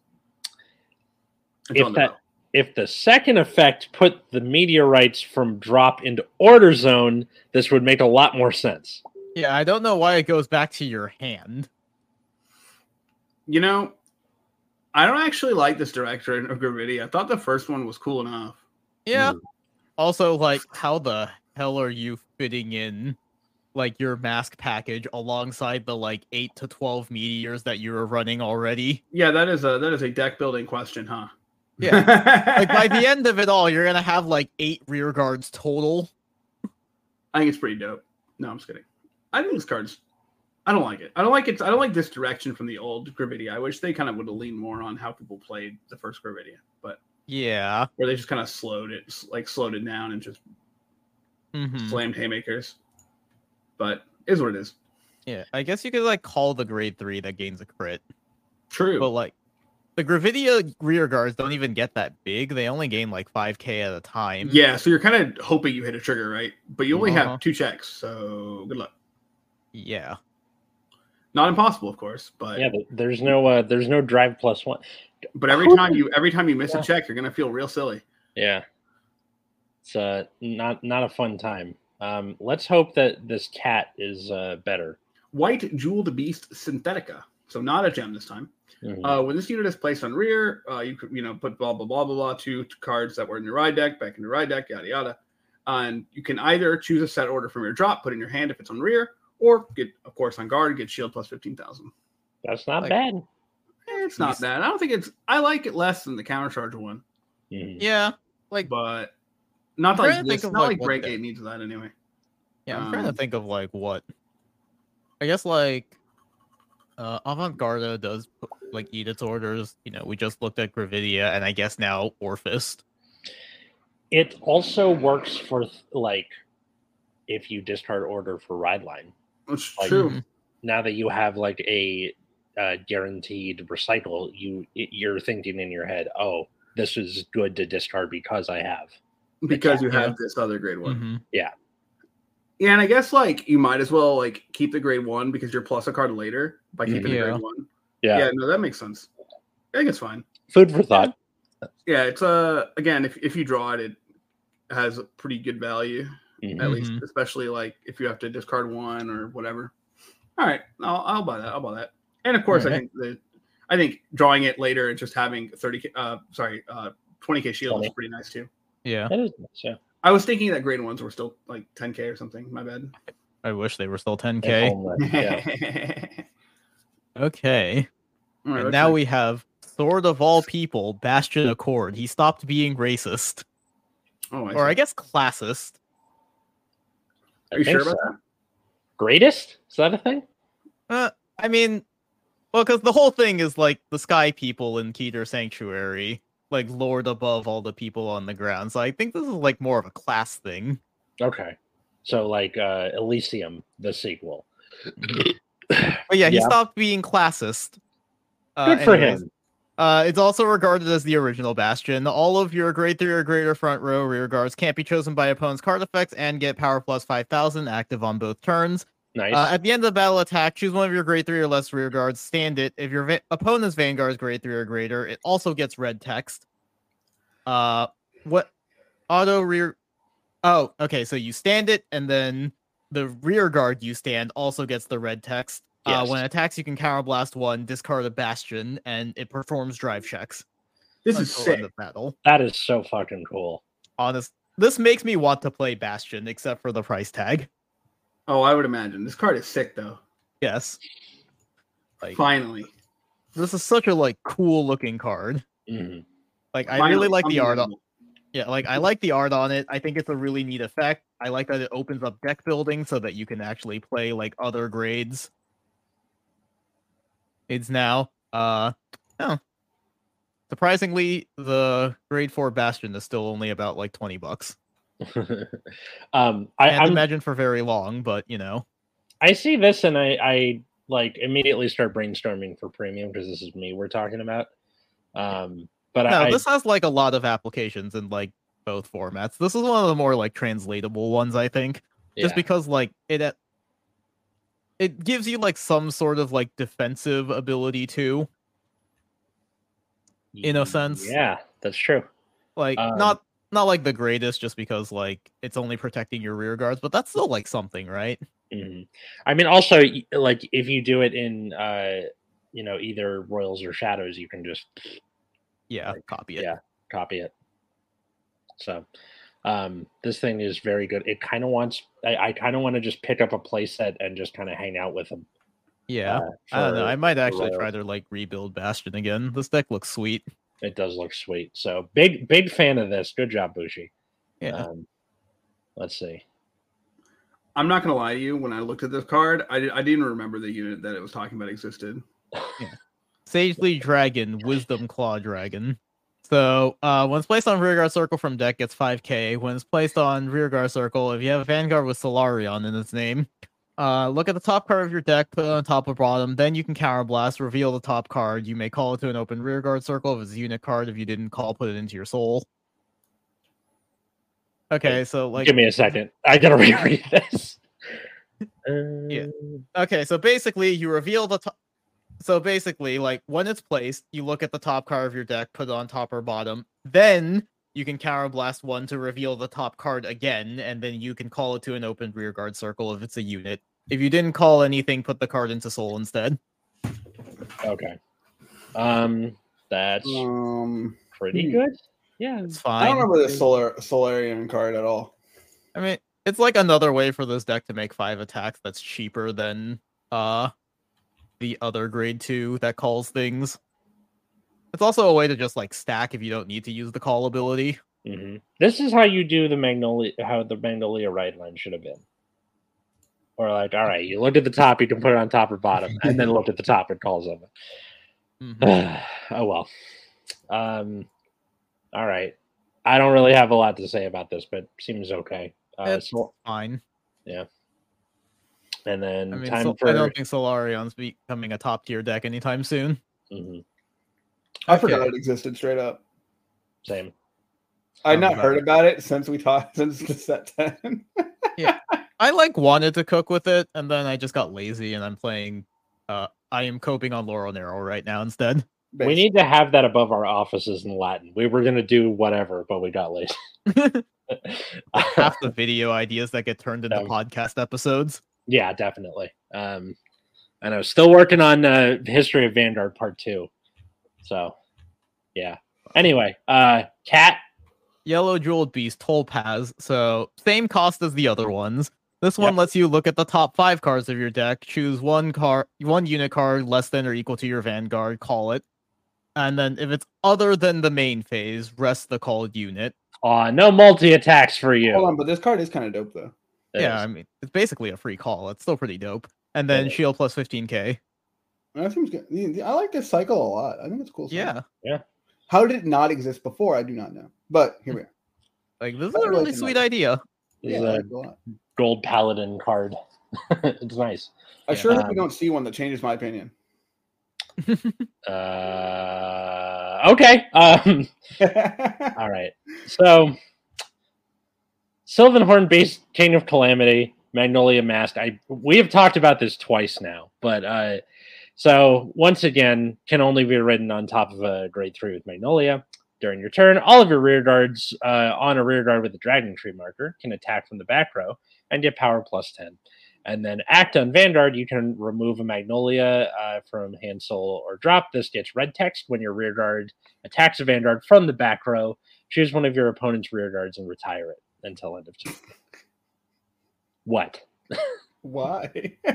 C: It's
A: If
C: on the
A: that-
C: bow.
A: If the second effect put the meteorites from drop into order zone, this would make a lot more sense.
B: Yeah, I don't know why it goes back to your hand.
C: you know, I don't actually like this direction of Gravity. I thought the first one was cool enough.
B: Yeah.
C: Mm.
B: Also, like, how the hell are you fitting in like your mask package alongside the like eight to twelve meteors that you were running already?
C: Yeah, that is a that is a deck building question, huh?
B: Yeah. like by the end of it all, you're gonna have like eight rear guards total.
C: I think it's pretty dope. No, I'm just kidding. I think this card's. I don't like it. I don't like it. I don't like this direction from the old Gravidia. I wish they kind of would have leaned more on how people played the first Gravidia, but
B: Yeah.
C: where they just kind of slowed it, like slowed it down and just
B: Mhm.
C: slammed haymakers. But is what it is.
B: Yeah. I guess you could like call the grade three that gains a crit.
C: True.
B: But like the Gravidia rear guards don't even get that big. They only gain like five K at a time.
C: yeah. So you're kind of hoping you hit a trigger, right? But you only
B: Uh-huh.
C: have two checks, so good luck.
B: Yeah.
C: Not impossible, of course, but
A: Yeah, but there's no uh, there's no drive plus one.
C: but every time you every time you miss
A: Yeah.
C: a check, you're gonna feel real silly.
A: Yeah, it's uh, not not a fun time. Um, let's hope that this cat is uh, better.
C: White Jeweled Beast Synthetica. So not a gem this time.
A: Mhm.
C: Uh, when this unit is placed on rear, uh, you could you know put blah blah blah blah blah two cards that were in your ride deck back in your ride deck, yada yada. And you can either choose a set order from your drop, put in your hand if it's on rear, or get of course on guard, get shield plus fifteen thousand.
A: That's not
B: like-
A: bad.
C: Eh, it's not
B: Nice.
C: bad. I don't think it's. I like it less than the counter charge one,
A: Mhm.
B: Yeah. Like
C: but not
B: I'm trying
C: like
B: to think
C: this,
B: of,
C: not
B: like,
C: like
B: what
C: break
B: deck.
C: eight needs that anyway.
B: Yeah, I'm trying to
C: Um,
B: think of like what. I guess like uh Avant Garde does p- like eat its orders. You know, we just looked at Gravidia and I guess now Orphist.
A: It also works for th- like if you discard order for ride line.
C: It's
A: Like,
C: true.
B: Mhm.
A: now that you have like a uh, guaranteed recycle, you you're thinking in your head, oh, this is good to discard because I have.
C: because you
B: Yeah.
C: have this other grade one.
B: Mhm.
C: Yeah, and I guess like you might as well like keep the grade one because you're plus a card later by keeping the
B: Yeah.
C: grade one. Yeah. no, that makes sense. I think it's fine.
A: food for thought.
C: Yeah, it's uh again if if you draw it, it has a pretty good value
A: Mm-hmm.
C: at least,
B: Mhm.
C: especially like if you have to discard one or whatever. All right, I'll, I'll buy that. I'll buy that. And of course, I
B: Alright.
C: think that I think drawing it later and just having thirty k uh sorry uh twenty k shield is
A: Twenty.
C: pretty nice too.
B: Yeah.
A: That is nice, yeah.
C: I was thinking that grade ones were still like ten k or something. My bad.
A: uh,
B: I wish they were still
A: That's
B: 10k.
A: all right, yeah.
B: Okay.
C: All right,
B: and
C: let's
B: now
C: see.
B: we have Sword of All People, Bastion Accord. He stopped being racist,
C: Oh, I
B: or I
C: see.
B: guess classist.
A: I
C: Are you
A: think
C: sure about
A: so. uh, Greatest? Is that a thing?
B: I mean, well, because the whole thing is like the sky people in Keter Sanctuary, like lord above all the people on the ground. So I think this is like more of a class thing.
A: Okay. So like uh Elysium, the sequel.
B: But yeah, he
A: Yeah.
B: stopped being classist. Uh,
A: Good for
B: anyways,
A: him.
B: Uh, it's also regarded as the original Bastion. All of your grade three or greater front row rear guards can't be chosen by opponent's card effects and get power plus 5,000 active on both turns.
A: Nice.
B: Uh, at the end of the battle attack, choose one of your grade three or less rear guards, stand it. If your va- opponent's vanguard is grade three or greater, it also gets red text. Uh, what auto rear? Oh, okay. So you stand it, and then the rear guard you stand also gets the red text. Uh,
A: Yes.
B: when it attacks, you can counterblast one, discard a bastion, and it performs drive checks.
C: This is
B: until
C: sick.
B: End of battle.
A: that is so fucking cool.
B: Honest, this makes me want to play Bastion, except for the price tag.
C: Oh, I would imagine this card is sick though.
B: Yes. Like,
C: Finally,
B: this is such a like cool looking card.
A: Mhm.
B: Like I
C: Finally,
B: really like the art. On,
C: unbelievable.
B: yeah, like I like the art on it. I think it's a really neat effect. I like that it opens up deck building so that you can actually play like other grades. It's now uh oh. Surprisingly, the grade four bastion is still only about like twenty bucks.
A: um
B: I
A: I,
B: can't
A: I'm
B: imagine for very long, but you know.
A: I see this and I, I like immediately start brainstorming for premium because this is me we're talking about. Um, but
B: no,
A: I,
B: this has like a lot of applications in like both formats. This is one of the more like translatable ones, I think.
A: yeah.
B: just because like it a- it gives you like some sort of like defensive ability too in a sense.
A: yeah, that's true.
B: like
A: Um,
B: not not like the greatest just because like it's only protecting your rear guards but that's still like something right
A: Mhm. I mean, also y- like if you do it in, uh, you know, either Royals or Shadows, you can just
B: yeah
A: Like,
B: copy it
A: yeah. copy it. So um, this thing is very good. It kind of wants. I, I kind of want to just pick up a playset and just kind of hang out with them.
B: yeah
A: uh,
B: i don't know
A: for-
B: i might actually
A: Royals.
B: try to like rebuild bastion again this deck looks sweet
A: It does look sweet. So big, big fan of this. Good job, Bushi.
B: yeah
A: Um, let's see.
C: I'm not gonna lie to you. When I looked at this card, I, di- I didn't remember the unit that it was talking about existed.
B: Sagely Dragon, Wisdom Claw Dragon. So, uh, when it's placed on Rearguard Circle from deck, it's 5k. When it's placed on Rearguard Circle, if you have a Vanguard with Solarion in its name, uh, look at the top card of your deck, put it on top or bottom, then you can Counterblast, reveal the top card. You may call it to an open Rearguard Circle if it's a unit card. If you didn't call, put it into your soul. Okay, so like
A: Give me a second. I gotta reread this. Uh,
B: okay so basically you reveal the top so basically like when it's placed you look at the top card of your deck put it on top or bottom then you can counter blast one to reveal the top card again and then you can call it to an open rear guard circle if it's a unit if you didn't call anything put the card into soul instead
A: Okay. Um, that's
C: Um,
A: pretty
C: hmm.
A: good. Yeah.
B: it's
C: I
B: fine
C: don't remember the Solar Solarian card at all.
B: i mean it's like another way for this deck to make five attacks that's cheaper than uh the other grade two that calls things it's also a way to just like stack if you don't need to use the call ability
A: hmm This is how you do the magnolia. How the magnolia right line should have been. Or like, all right, you look at the top, you can put it on top or bottom, and then look at the top, it calls over.
B: Mhm.
A: oh well. Um, all right. I don't really have a lot to say about this, but seems okay. Uh,
B: It's
A: so,
B: Fine.
A: and then
B: I mean,
A: time
B: Sol-
A: for
B: I don't think Solarion's becoming a top tier deck anytime soon.
A: Mhm,
C: I
B: Okay.
C: forgot it existed straight up.
A: same.
B: Sounds
C: I'd not heard
B: about it.
C: about it since we talked since the set ten.
B: I like wanted to cook with it, and then I just got lazy, and I'm playing. Uh, I am coping on Laurel and Arrow right now instead.
A: We need to have that above our offices in Latin. We were gonna do whatever, but we got lazy.
B: Half the video ideas that get turned into
A: Um,
B: podcast episodes.
A: yeah, definitely. Um, I know. Still working on uh, history of Vanguard part two. So, yeah. Anyway, uh, cat.
B: Yellow Jeweled Beast, Topaz. So same cost as the other ones. This one
A: Yep.
B: lets you look at the top five cards of your deck, choose one card, one unit card less than or equal to your vanguard, call it, and then if it's other than the main phase, rest the called unit.
A: Aw, no multi attacks for you.
C: Hold on, but this card is kind of dope though.
B: Yeah, I mean it's basically a free call. It's still pretty dope. And then
A: Yeah.
B: shield plus fifteen k.
C: That seems good. Yeah, yeah, I like this cycle a lot. I think it's a cool. cycle.
B: Yeah,
C: How did it not exist before? I do not know. But here we are.
B: like this is
C: I
B: a
C: like
B: really
C: it a
B: sweet
C: lot.
B: idea.
A: This
C: Yeah,
A: is
C: I
A: a
C: like it a lot.
A: gold paladin card. it's nice.
C: I
B: Yeah.
C: sure hope we
A: Um,
C: don't see one that changes my opinion.
A: Uh, okay. Um,
C: yeah,
A: all right. So, Sylvanhorn based Chain of Calamity, Magnolia Mask. I we have talked about this twice now, but uh, so once again, can only be ridden on top of a grade three with Magnolia. During your turn, all of your rear guards uh, on a rear guard with a Dragon Tree marker can attack from the back row and get power plus ten. And then act on Vanguard, you can remove a Magnolia uh, from hand, soul, or drop. This gets red text when your rear guard attacks a Vanguard from the back row choose one of your opponent's rear guards and retire it until end of turn. What?
C: Why?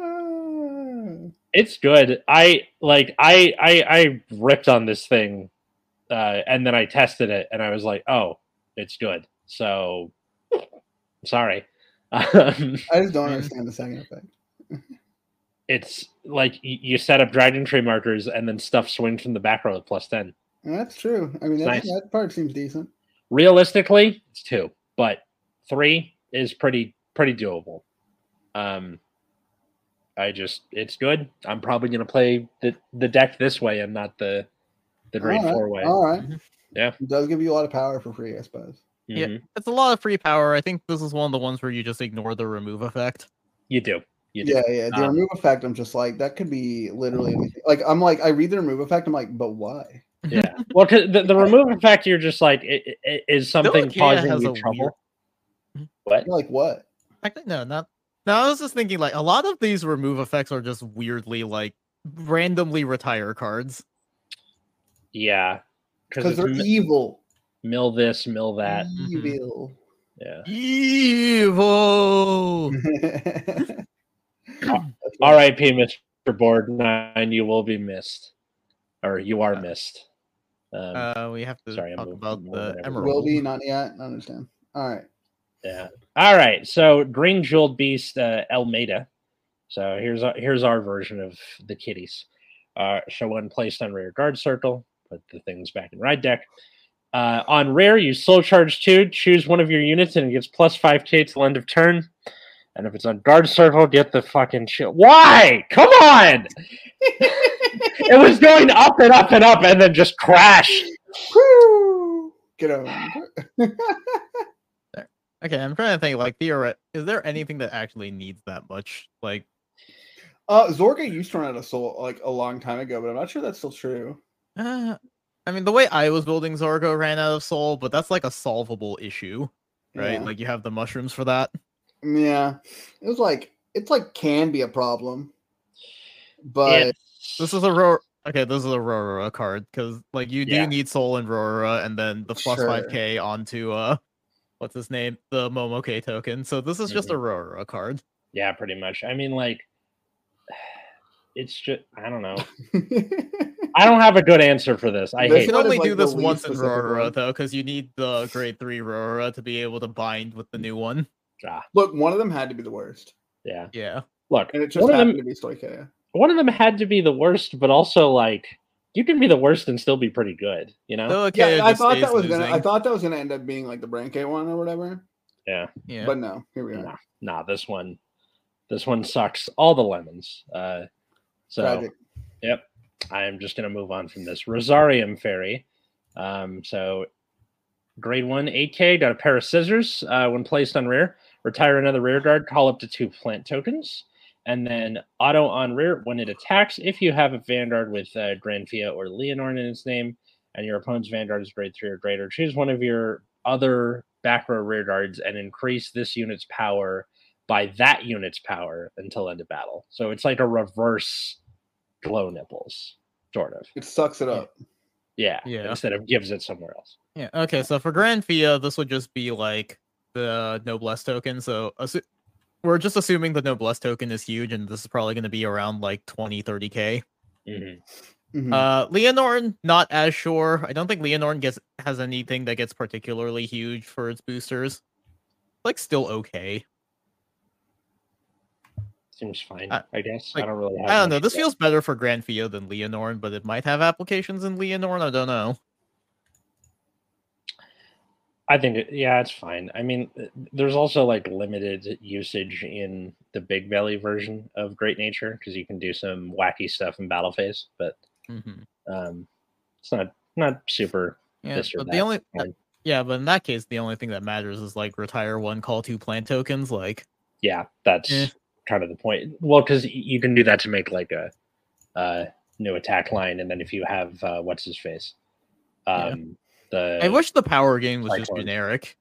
C: Ah.
A: It's good. I like I I I ripped on this thing uh and then I tested it and I was like, "Oh, it's good." So sorry. Um,
C: I just don't
B: Mhm.
C: understand the second effect.
A: it's like y- you set up dragon tree markers and then stuff swings from the back row at plus 10.
C: And that's true. I mean, that's,
A: Nice.
C: that part seems decent.
A: realistically it's two but three is pretty pretty doable um i just it's good i'm probably going to play the the deck this way and not the the grade
C: All right,
A: four way
C: All right.
B: Mhm.
A: Mm-hmm. Yeah.
C: It does give you a lot of power for free, I suppose.
B: Yeah.
A: Mhm.
B: It's a lot of free power. I think this is one of the ones where you just ignore the remove effect.
A: you do you do
C: Yeah, yeah. The
A: Um,
C: remove effect, I'm just like, that could be literally anything. Like, I'm like, I read the remove effect, I'm like, but why?
A: yeah well 'cause the, the remove effect you're just like i i- i- is something
B: Delicata
A: causing
B: has
A: you
B: a
A: trouble
C: You're Like, what?
B: Actually, no, not. No, I was just thinking like a lot of these remove effects are just weirdly like randomly retire cards.
A: yeah because
C: Because they're e-,
A: it's mi-
C: evil.
A: mill this mill that Mm-hmm.
B: Mhm.
C: Evil.
A: yeah
B: Evil.
C: All right.
A: R.I.P. Mr. Board Nine. You will be missed, or you are
B: Uh,
A: missed. Um,
B: Uh, we have to
A: sorry, I'm
B: talk
A: moving
B: about
A: more
B: the
A: than everyone.
B: emerald.
C: Will be, not yet. I understand. All right.
A: yeah. All right. So Green Jeweled Beast, uh, Elmeda. So here's our, here's our version of the kitties. Uh, show one placed on rear guard circle. Put the things back in ride deck. Uh, on rare, you slow charge two. Choose one of your units, and it gets plus five k till end of turn. And if it's on guard circle, get the fucking shit. Why? Come on! it was going up and up and up, and then just crashed.
C: Woo! Get over it.
B: Okay, I'm trying to think. Like, theoret, is there anything that actually needs that much? Like,
C: Uh, Zorga used to run out of soul like a long time ago, but I'm not sure that's still true.
B: uh, I mean, the way I was building Zorgo ran out of soul, but that's like a solvable issue, right?
C: Yeah.
B: Like, you have the mushrooms for that.
C: yeah. It was like, it's like can be a problem, but
A: It's-
B: This is a Ror- okay. This is a Rorora card because like you
A: Yeah.
B: do need soul and Rorora, and then the plus
C: Sure.
B: five k onto uh, what's his name, the Momoke token. So this is
C: Mm-hmm.
B: just a Rorora card.
A: yeah, pretty much. I mean, like, it's just I don't know. I don't have a good answer for this. I
B: You
C: This
A: hate.
B: can
C: one is,
B: only
C: like,
B: do
C: the
B: this
C: least
B: once in
C: specific one.
B: Rorora though, because you need the grade three Rorora to be able to bind with the new one.
A: Ah,
C: Look, one of them had to be the worst,
A: yeah.
B: Yeah,
A: Look,
C: and it just
A: one of
C: happened
A: them.
C: to be Stoikea.
A: One of them had to be the worst, but also like you can be the worst and still be pretty good. You know.
B: Though
C: Yeah,
B: Akea
C: I
B: just
C: thought that
B: stays
C: was gonna. I
B: losing.
C: thought that was gonna end up being like the Branke one or whatever.
B: yeah.
C: But no, here we are.
A: Nah, nah, this one, this one sucks. All the lemons. Uh, so.
C: Tragic.
A: Yep. I am just going to move on from this. Rosarium Fairy. Um, so, grade one, 8K, got a pair of scissors uh, when placed on rear. Retire another rear guard, call up to two plant tokens. And then auto on rear when it attacks. If you have a Vanguard with uh, Granfia or Leonorn in its name, and your opponent's Vanguard is grade three or greater, choose one of your other back row rear guards and increase this unit's power by that unit's power until end of battle. So it's like a reverse glow nipples, sort of.
C: It sucks it up.
A: Yeah.
B: Yeah.
A: Instead of gives it somewhere else.
B: Yeah. Okay. So for Grand Fia, this would just be like the noblesse token. So assu- we're just assuming the noblesse token is huge, and this is probably going to be around like 20, 30 k.
A: Mhm.
C: Mhm.
B: Uh, Leonorn, not as sure. I don't think Leonorn gets has anything that gets particularly huge for its boosters. Like still okay.
A: Seems fine,
B: I-
A: I guess.
B: like,
A: I don't really. Have
B: I don't know.
A: much
B: This
A: to-
B: feels better for Granfio than Leonorn, but it might have applications in Leonorn. I don't know.
A: I think it, yeah, it's fine. I mean, th- there's also like limited usage in the Big Belly version of Great Nature because you can do some wacky stuff in Battle Phase, but
B: Mhm.
A: um, it's not not super.
B: Yeah,
A: This or
B: but
A: that
B: the only uh,
A: one.
B: yeah, but in that case, the only thing that matters is like retire one, call two plant tokens. Like
A: Yeah, that's
B: Eh.
A: kind of the point. Well, because you can do that to make like a, uh new attack line, and then if you have uh, what's his face,
B: Yeah.
A: um, the
B: I wish the power game was just
A: Cyclone.
B: generic.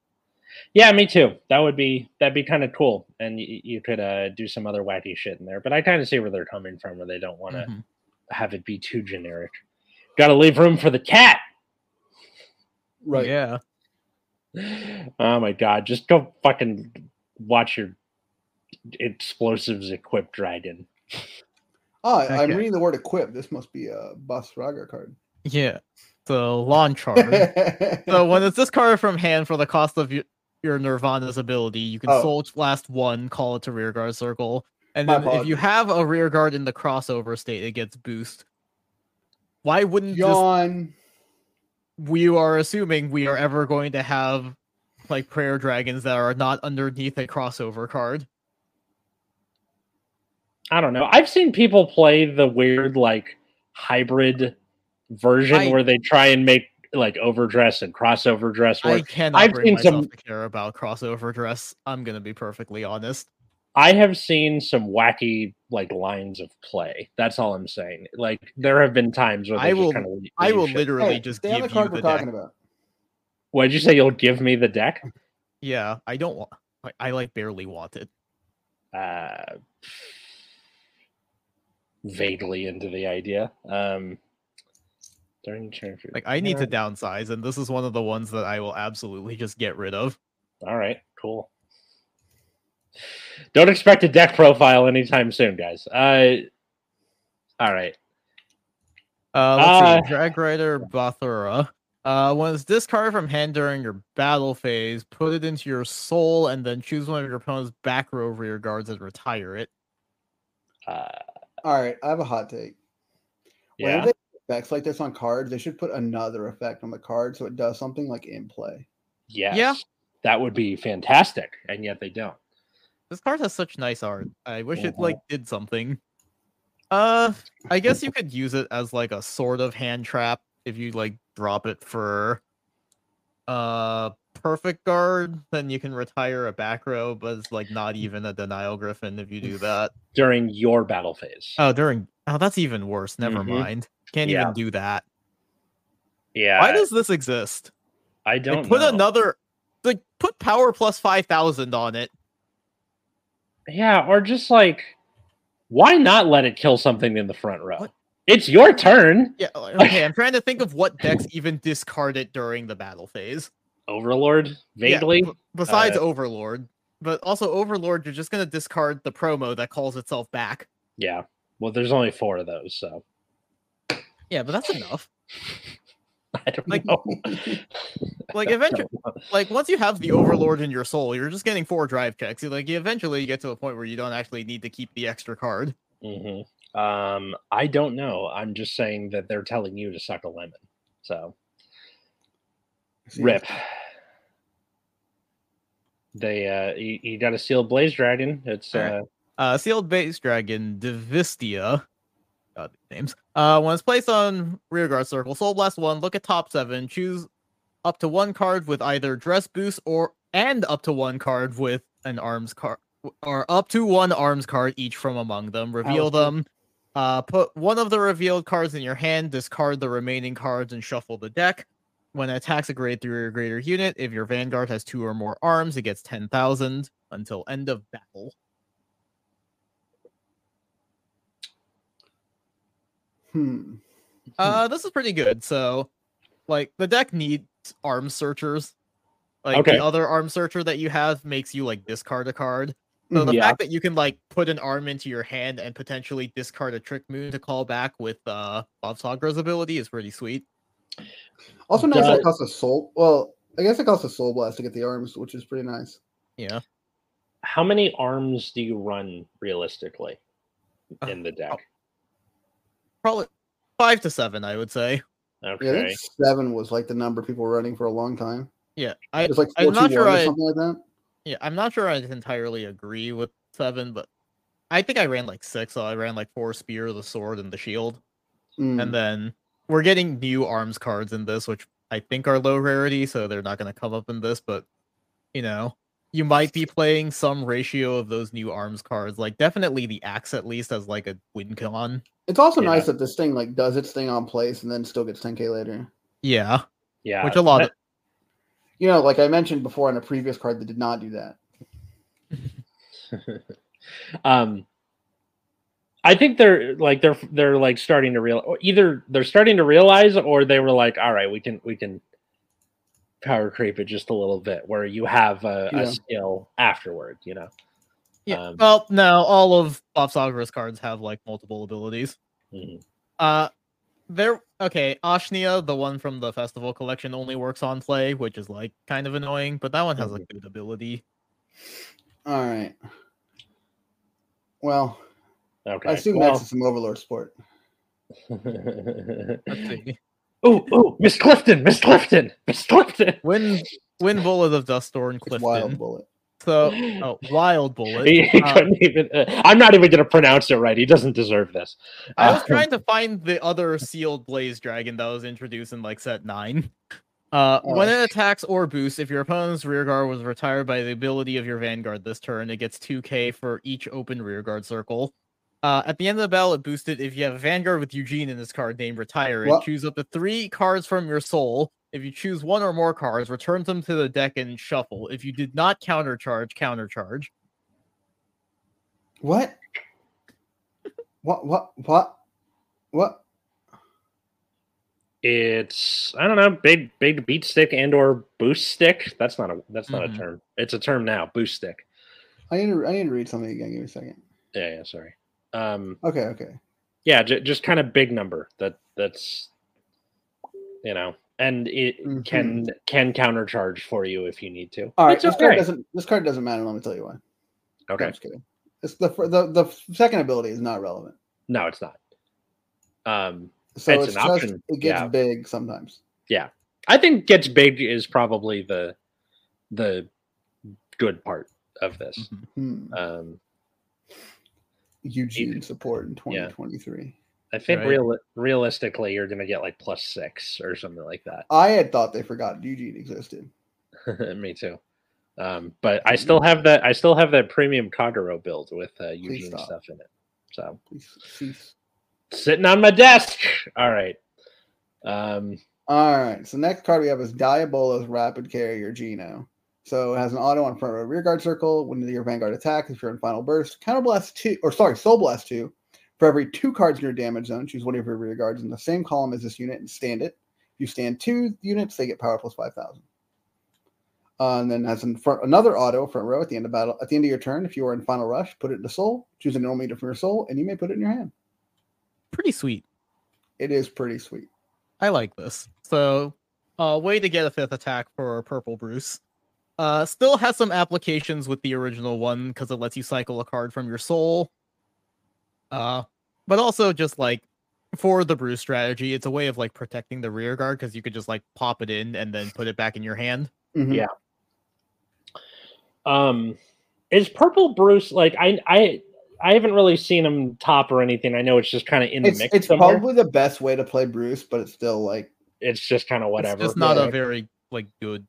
A: Yeah, me too. That would be that'd be kind of cool, and you, you could uh, do some other wacky shit in there. But I kind of see where they're coming from, where they don't want to
B: Mhm.
A: have it be too generic. Got to leave room for the cat.
C: right.
B: Yeah.
A: Oh my god, just go fucking watch your explosives equipped dragon.
C: Ah, I'm
B: Okay.
C: reading the word equip. This must be a Bus Raga card.
B: Yeah. So lawn charm. so when it's this card from hand for the cost of your, your Nirvana's ability, you can
C: Oh.
B: soul last one, call it to rearguard circle. And
C: My
B: then if you have a rearguard in the crossover state, it gets boost. Why wouldn't this
C: Yawn.
B: we are assuming we are ever going to have like prayer dragons that are not underneath a crossover card.
A: I don't know. I've seen people play the weird like hybrid version
B: I-
A: where they try and make like overdress and crossover dress work.
B: I cannot
A: I've
B: bring
A: seen
B: myself
A: some-
B: to care about crossover dress. I'm gonna be perfectly honest.
A: I have seen some wacky like lines of play. That's all I'm saying. Like there have been times where
B: I
A: they just
B: will-
A: kinda leave
B: I will
A: shit.
B: literally just
C: stay
B: give
C: on
B: you
C: the card
B: the
C: we're
B: deck.
C: talking about.
A: What'd you say? You'll give me the deck?
B: Yeah, I don't want. I, I like barely want it. Mm.
A: Uh, vaguely into the idea. Um, during turn
B: Like I need to downsize, and this is one of the ones that I will absolutely just get rid of.
A: All right, cool. Don't expect a deck profile anytime soon, guys. Uh, all right.
B: Uh, let's
A: Uh,
B: see, Drag Rider Bothura. Uh, when it's discarded from hand during your battle phase, put it into your soul, and then choose one of your opponent's back row rear guards and retire it.
A: Uh,
C: All right, I have a hot take. Whenever
A: yeah.
C: they put effects like this on cards, they should put another effect on the card so it does something like in play.
A: yes. That would be fantastic, and yet they don't.
B: This card has such nice art. I wish it like did something. Uh, I guess you could use it as like a sort of hand trap if you like drop it for uh perfect guard, then you can retire a back row, but it's like not even a denial griffin if you do that.
A: During your battle phase.
B: Oh, during oh, that's even worse. Never
A: Mhm.
B: mind. Can't
A: Yeah.
B: even do that.
A: yeah.
B: Why does this exist?
A: I
B: Like,
A: don't
B: put
A: know.
B: another like put power plus five thousand on it.
A: Yeah, or just like, why not let it kill something in the front row?
B: What?
A: It's your turn.
B: Yeah, okay. I'm trying to think of what decks even discard it during the battle phase.
A: Overlord,
B: Yeah,
A: vaguely.
B: b- besides Overlord, but also Overlord, you're just gonna discard the promo that calls itself back.
A: Yeah. Well, there's only four of those, so
B: Yeah, but that's enough.
A: I don't
B: Like-
A: know.
B: Like eventually, like once you have the Overlord in your soul, you're just getting four drive checks. You Like you eventually you get to a point where you don't actually need to keep the extra card.
A: hmm Um, I don't know. I'm just saying that they're telling you to suck a lemon. So
C: See,
A: rip. They uh, you, you got to steal Blaze Dragon. It's
B: All right.
A: uh,
B: Uh, sealed base dragon Divistia. God, these names. Uh, when it's placed on rearguard circle, Soul Blast one. Look at top seven. Choose up to one card with either dress boost or and up to one card with an arms card or up to one arms card each from among them. Reveal
C: Ouch.
B: them. Uh, put one of the revealed cards in your hand. Discard the remaining cards and shuffle the deck. When it attacks a grade three or greater unit, if your vanguard has two or more arms, it gets ten thousand until end of battle.
C: Hmm. Hmm.
B: Uh, this is pretty good. So, like, the deck needs arm searchers. Like
A: Okay.
B: the other arm searcher that you have makes you like discard a card. So the
A: Mm, Yeah.
B: fact that you can like put an arm into your hand and potentially discard a trick moon to call back with uh Bob Sagra's ability is pretty sweet.
C: Also nice that
A: Does-
C: it costs a soul. Well, I guess it costs a soul blast to get the arms, which is pretty nice.
B: Yeah.
A: How many arms do you run realistically
B: Uh,
A: in the deck?
B: Probably five to seven, I would say.
C: Yeah, I
A: Okay.
C: think seven was like the number people were running for a long time.
B: Yeah. I
C: It was like
B: I'm not
C: 41
B: sure
C: or
B: I-
C: something like that.
B: yeah, I'm not sure I entirely agree with seven, but I think I ran like six, so I ran like four spear, the sword, and the shield.
C: Mm.
B: And then we're getting new arms cards in this, which I think are low rarity, so they're not going to come up in this. But you know, you might be playing some ratio of those new arms cards, like definitely the axe at least as like a win con.
C: it's also
A: Yeah.
C: nice that this thing like does its thing on place and then still gets 10k later.
B: Yeah,
A: Yeah.
B: which a lot
A: that-
B: of
C: You know, like I mentioned before on a previous card that did not do that.
A: um I think they're like they're they're like starting to real or either they're starting to realize or they were like, all right, we can we can power creep it just a little bit where you have a,
C: Yeah.
A: a skill afterward, you know.
B: yeah.
A: um,
B: well, no, all of Bob Sagra's cards have like multiple abilities.
A: Mhm.
B: Uh there okay, Ashnia, the one from the festival collection only works on play, which is like kind of annoying, but that one has a
A: Mm-hmm.
B: good ability.
C: All right. Well,
A: Okay.
C: I assume
A: well-
C: that's some overlord sport.
B: Let's see.
A: oh, oh, Miss Clifton, Miss Clifton, Miss Clifton.
B: Win win bullet of Dusthorn
C: It's wild
B: Clifton.
C: bullet.
B: So oh, wild bullet.
A: He, he
B: Uh,
A: couldn't even. uh, I'm not even going to pronounce it right. He doesn't deserve this.
B: I was
A: Uh,
B: trying to find the other sealed blaze dragon that was introduced in like set nine. Uh, when it attacks or boosts, if your opponent's rearguard was retired by the ability of your vanguard this turn, it gets 2k for each open rearguard circle. Uh, at the end of the battle, it boosted. If you have a vanguard with Eugene in this card named Retire, it
C: What?
B: choose up to three cards from your soul. If you choose one or more cards, return them to the deck and shuffle. If you did not countercharge, countercharge.
C: What? What? What? What? What?
A: It's I don't know, big big beat stick and or boost stick. That's not a that's not
B: Mhm.
A: a term. It's a term now. Boost stick.
C: I need to. I need to read something again. Give me a second.
A: Yeah, yeah. Sorry. Um.
C: Okay. Okay.
A: Yeah. J- just kind of big number. That that's you know, and it can can countercharge for you if you need to.
C: Mm-hmm. All right.
A: It's
C: this
A: okay.
C: card doesn't. This card doesn't matter. Let me tell you why. No, I'm
A: Okay.
C: just kidding. It's the fir- the the second ability is not relevant.
A: No, it's not. Um.
C: So
A: It's
C: it's,
A: an
C: just
A: option,
C: it gets
A: yeah.
C: big sometimes.
A: I think gets big is probably the the good part of this.
C: Hmm.
A: Um,
C: Eugene support in
A: Yeah.
C: 2023.
A: I think
B: Right.
A: real realistically, you're going to get like plus six or something like
C: I had thought they forgot Eugene existed.
A: that. Me too. Um, but I
B: Mm-hmm.
A: still have that. I still have that premium Kagero build with uh, Eugene
C: stop.
A: stuff in it. So
C: Please cease.
A: sitting on my desk. All right. Um,
C: All right. So next card we have is Diabolo's Rapid Carrier Geno. So it has an auto on front row rear guard circle. When your vanguard attacks, if you're in final burst, counterblast two or sorry, soul blast two. For every two cards in your damage zone, choose one of your rear guards in the same column as this unit and stand it. If you stand two units, they get power plus five thousand. Uh, and then has in front another auto front row at the end of battle at the end of your turn. If you are in final rush, put it into soul. Choose an normal meter from your soul, and you may put it in your hand.
B: Pretty sweet.
C: It is pretty sweet.
B: I like this. So, uh, way to get a fifth attack for Purple Bruce. Uh, still has some applications with the original one because it lets you cycle a card from your soul. Uh, but also just like for the Bruce strategy, it's a way of like protecting the rear guard because you could just like pop it in and then put it back in your hand.
C: Mhm.
A: Yeah. um, is Purple Bruce like I I I haven't really seen him top or anything. I know it's just kind of in the
C: It's,
A: mix.
C: it's
A: somewhere.
C: probably the best way to play Bruce, but it's still like
A: it's just kind of whatever.
B: It's just not a
C: Yeah.
B: very like good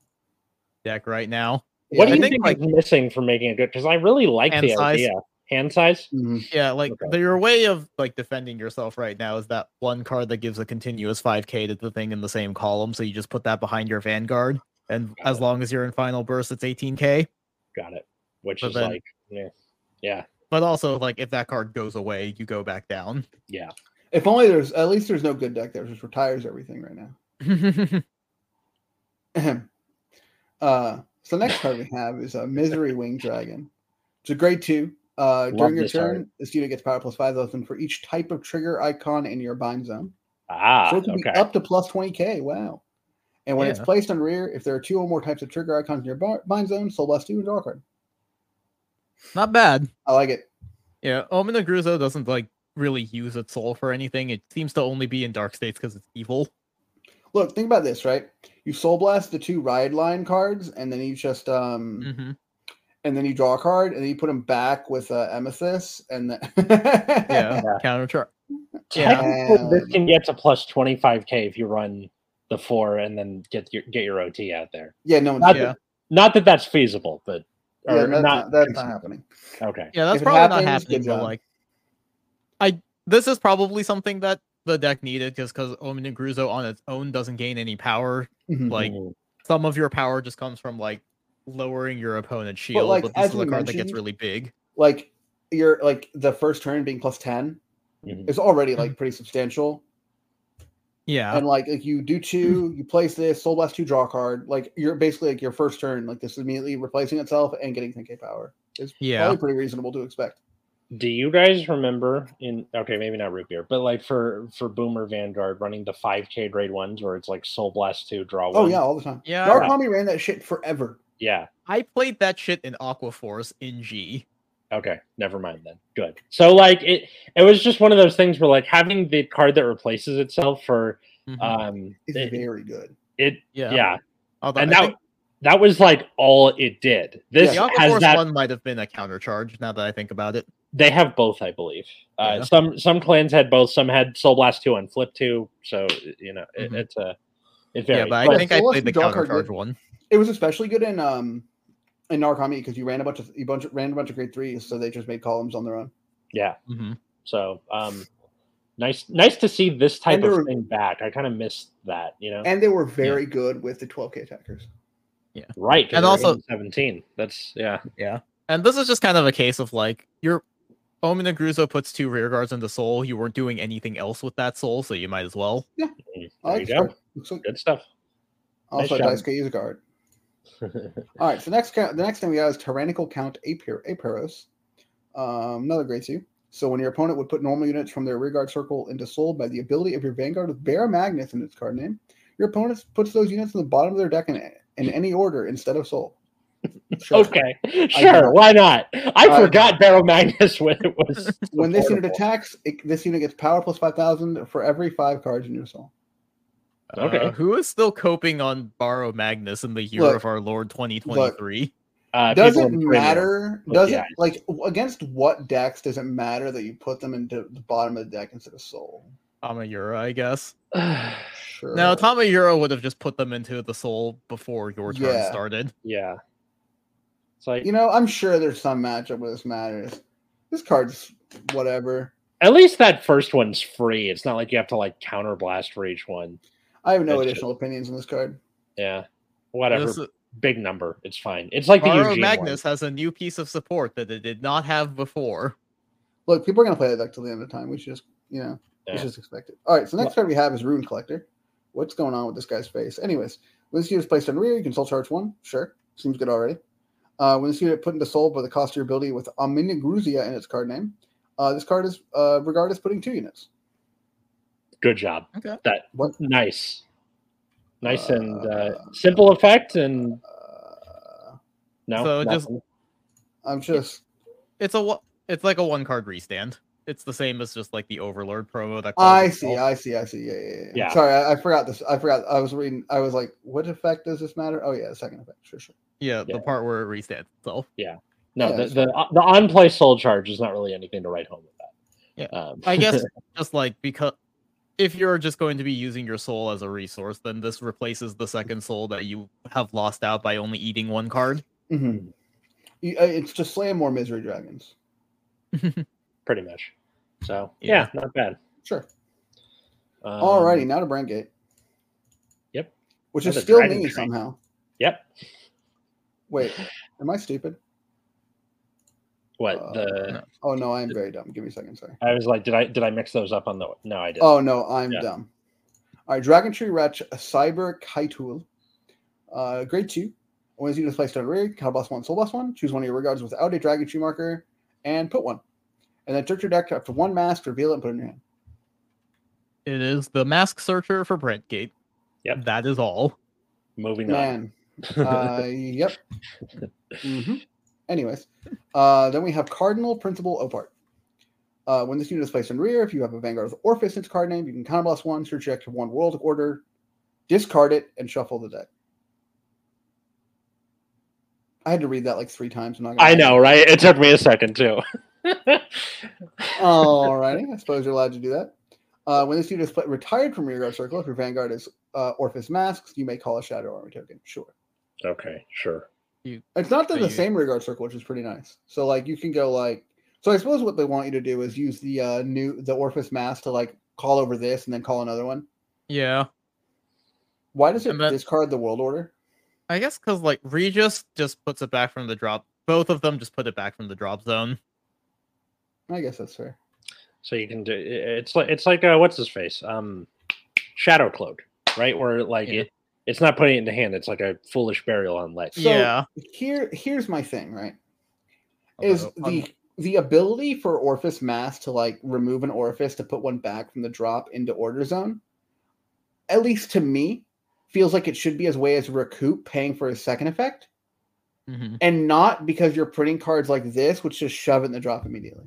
B: deck right now.
A: What
C: yeah.
A: do you
B: I think,
A: think, is missing for making it good? Because I really like
B: Hand
A: the
B: size.
A: idea. Hand size.
C: Mhm.
B: Yeah, like
A: Okay.
B: the, your way of like defending yourself right now is that one card that gives a continuous 5k to the thing in the same column. So you just put that behind your vanguard, and
A: Got
B: as long as you're in final burst, it's 18k.
A: Got it. Which
B: But
A: is
B: then-
A: like, yeah, yeah,
B: But also, like if that card goes away, you go back down.
A: yeah.
C: If only there's at least there's no good deck there. Just retires everything right now.
B: yeah,
C: uh, So the next card we have is a Misery Winged Dragon. It's a grade two. Uh,
A: Love
C: during your
A: this
C: turn,
A: art.
C: this unit gets power plus five open for each type of trigger icon in your bind zone.
A: Ah,
C: so it can
A: okay.
C: be up to plus 20k. Wow. And when it's
B: Yeah.
C: placed on rear, if there are two or more types of trigger icons in your bar- bind zone, soul blast two and draw a card.
B: Not bad.
C: I like it.
B: Yeah, Omen of Gruzo doesn't like really use its soul for anything. It seems to only be in dark states because it's evil.
C: Look, think about this, right? You soul blast the two ride line cards, and then you just um
B: Mm-hmm.
C: and then you draw a card, and then you put them back with uh, Emesis, and then
B: Yeah, counter char- yeah.
A: Technically, this
C: Um,
A: can get to plus 25k if you run the four and then get your get your OT out there.
C: yeah, no one's
A: Not,
B: Yeah.
A: that, not that that's feasible, but
C: yeah,
A: or
C: that's not,
A: not,
C: that's not happening.
A: okay.
B: Yeah, that's
C: If it
B: probably not
C: happens, good
B: happening. But
C: job.
B: like, I this is probably something that the deck needed just because Omen and Gruzo on its own doesn't gain any power.
C: Mhm.
B: Like
A: Mm.
B: some of your power just comes from like lowering your opponent's shield. But,
C: like,
B: this
C: as
B: is a
C: we
B: card that gets
C: mentioned-
B: really big.
C: like you're like the first turn being plus ten
A: Mhm.
C: is already like pretty substantial.
B: Mm-hmm. Yeah, Mm.
C: And like, like you do two, you place this soul blast two draw a card. Like you're basically like your first turn, like this is immediately replacing itself and getting 10k power. It's
B: yeah.
C: probably pretty reasonable to expect.
A: Do you guys remember in okay, maybe not root beer, but like for for Boomer Vanguard running the 5k grade ones where it's like Soul Blast 2 draw one.
C: Oh yeah, all the time.
B: Yeah,
C: Dark
A: I-
C: Army ran that shit forever.
A: Yeah.
B: I played that shit in Aqua Force in G.
A: Okay, never mind then. Good. So like it it was just one of those things where like having the card that replaces itself for
B: Mhm.
C: Uh,
A: um
C: Mm-hmm. It's
A: it,
C: very good.
A: it
B: yeah,
A: yeah,
B: Although
A: and
B: I
A: that
B: think
A: that was like all it did. This
B: the Aqua
A: has
B: Force
A: that.
B: one might have been a counter charge. Now that I think about it,
A: They have both, I believe. Uh,
B: Yeah.
A: Some some clans had both. Some had Soul Blast two and Flip two. So you know, it,
B: Mhm.
A: it's a it
B: yeah,
A: varies.
B: but I
A: But
B: think I
C: Solas
B: played the
C: and Dark
B: counter
C: Card
B: charge
C: did-
B: one.
C: It was especially good in um in Dark Army because you ran a bunch of you bunch of, ran a bunch of grade threes, so they just made columns on their own.
A: yeah.
B: hmm
A: So um, nice nice to see this type
C: And there
A: of
C: were-
A: thing back. I kind of missed that. You know,
C: And they were very good with the 12k attackers.
A: right? 'cause
B: and
A: we're
B: also-
A: in seventeen. That's yeah.
B: Yeah. And this is just kind of a case of like your Omen of Gruzo puts two rear guards into soul. You weren't doing anything else with that soul, so you might as well.
A: There
C: I like
A: you
C: this
A: go.
C: card. Looks like-
A: Good stuff.
C: Also,
A: job.
C: dice can use a guard. All right. So next, ca- the next thing we got is Tyrannical Count Apir- Aperos, um, another grade two. So when your opponent would put normal units from their rearguard circle into soul by the ability of your vanguard with Bear Magnus in its card name, your opponent puts those units in the bottom of their deck in, in any order instead of soul. Sure.
A: okay, sure. Why not? I
C: I-
A: forgot Barrel Magnus when it was
C: When this unit
A: affordable.
C: attacks, it, this unit gets power plus five thousand for every five cards in your soul.
A: Okay.
B: Uh, who is still coping on Borrow Magnus in the year
C: Look,
B: of our Lord 2023?
A: Uh,
C: does
A: people
C: it
A: in premium.
C: matter?
A: with
C: Does
A: the
C: it
A: eyes.
C: like w- against what decks does it matter that you put them into the bottom of the deck instead of soul?
B: Tamayura, I guess.
C: Sure.
B: Now, Tamayura would have just put them into the soul before your turn
C: Yeah.
B: started.
A: Yeah. It's like
C: You know, I'm sure there's some matchup where this matters. This card's whatever.
A: at least that first one's free. It's not like you have to like counter blast for each one.
C: I have no
A: That's
C: additional opinions on this card.
A: Yeah. Whatever.
B: This-
A: Big number. It's fine. It's like the
B: Borrow
A: Eugene
B: uh, Magnus has a new piece of support that it did not have before.
C: Look, people are gonna play that deck till the end of time. We should just, you know,
A: Yeah.
C: it's just expected. All right, so next card we have is Rune Collector. What's going on with this guy's face? Anyways, when this unit is placed on rear, you can soul charge one. Sure, seems good already. Uh, when this unit put into soul by the cost of your ability with Omnia Gruzia in its card name, uh, this card is uh, regarded as putting two units.
A: one. Good job.
B: Okay.
A: That
C: What?
A: nice. Nice and
C: Uh,
A: uh, simple effect and
C: Uh,
A: no.
B: So it just-
A: nothing.
C: I'm just
B: It's a wa- it's like a one card restand. It's the same as just like the Overlord promo that. calls
C: I see,
B: itself.
C: I see, I see. Yeah, yeah, yeah.
A: Yeah.
C: Sorry, I, I forgot this. I forgot. I was reading. I was like, "What effect does this matter?" Oh yeah, the second effect. Sure, sure.
B: Yeah,
A: Yeah.
B: the part where it restands itself.
A: no,
C: yeah,
A: the
C: it's
A: the, uh, the on play soul charge is not really anything to write home about.
B: Yeah.
A: Um,
B: I guess just like because if you're just going to be using your soul as a resource, then this replaces the second soul that you have lost out by only eating one card.
C: Mhm. You- uh, It's to slam more misery dragons.
A: pretty much. So yeah,
B: Yeah.
A: not bad.
C: Sure.
A: Um,
C: Alrighty, now to Brand Gate.
A: Yep.
C: Which is
A: Another
C: still
A: dragon
C: me
A: train.
C: somehow.
A: Yep.
C: Wait, am I stupid?
A: What
C: Uh,
A: the?
C: Oh no, I am very dumb. Give me a second, sorry.
A: I was like, did I did I mix those up on the? No, I didn't.
C: Oh no, I'm
A: Yeah.
C: dumb. All right, Dragon Tree Wretch, a Cyber Kaitul, uh, grade two. When you display started rear, counter blast one, soul blast one. Choose one of your rear guards without a dragon tree marker and put one. And then search your deck after one mask, reveal it, and put it in your hand.
B: It is the mask searcher for Brentgate.
A: Yep.
B: That is all.
A: Moving on.
C: Man. Uh, yep. hmm Anyways, uh, then we have Cardinal Principal Opart. Uh, when this unit is placed in rear, if you have a Vanguard or Fistance card name, you can counterblast one, search your deck to one world order, discard it, and shuffle the deck. I had to read that like three times. I'm not gonna
A: I
C: lie.
A: know, right? It took me a second too.
C: Alrighty, I suppose you're allowed to do that. Uh, when this unit is pla- retired from rear guard circle, if your vanguard is uh, Orphis Masks, you may call a Shadow Army token. Sure,
A: okay, sure.
C: it's not they're
B: Are
C: the
B: you-
C: same rear guard circle, which is pretty nice. So like you can go like so. I suppose what they want you to do is use the uh, new the Orphis Mask to like call over this and then call another one.
B: Yeah.
C: Why does it
B: And that-
C: discard the World Order?
B: I guess because like Regis just puts it back from the drop. Both of them just put it back from the drop zone.
C: I guess that's fair.
A: So you can do it's like it's like uh, what's his face? Um Shadow Cloak, right? Where like
B: Yeah.
A: it it's not putting it in the hand, it's like a foolish burial on legs.
C: So-
B: yeah.
C: Here, here's my thing. Right, is
B: Although, um,
C: the the ability for Orphis Mask to like remove an orifice to put one back from the drop into order zone, at least to me, feels like it should be as way as recoup paying for his second effect,
B: mhm,
C: and not because you're printing cards like this, which just shove it in the drop immediately.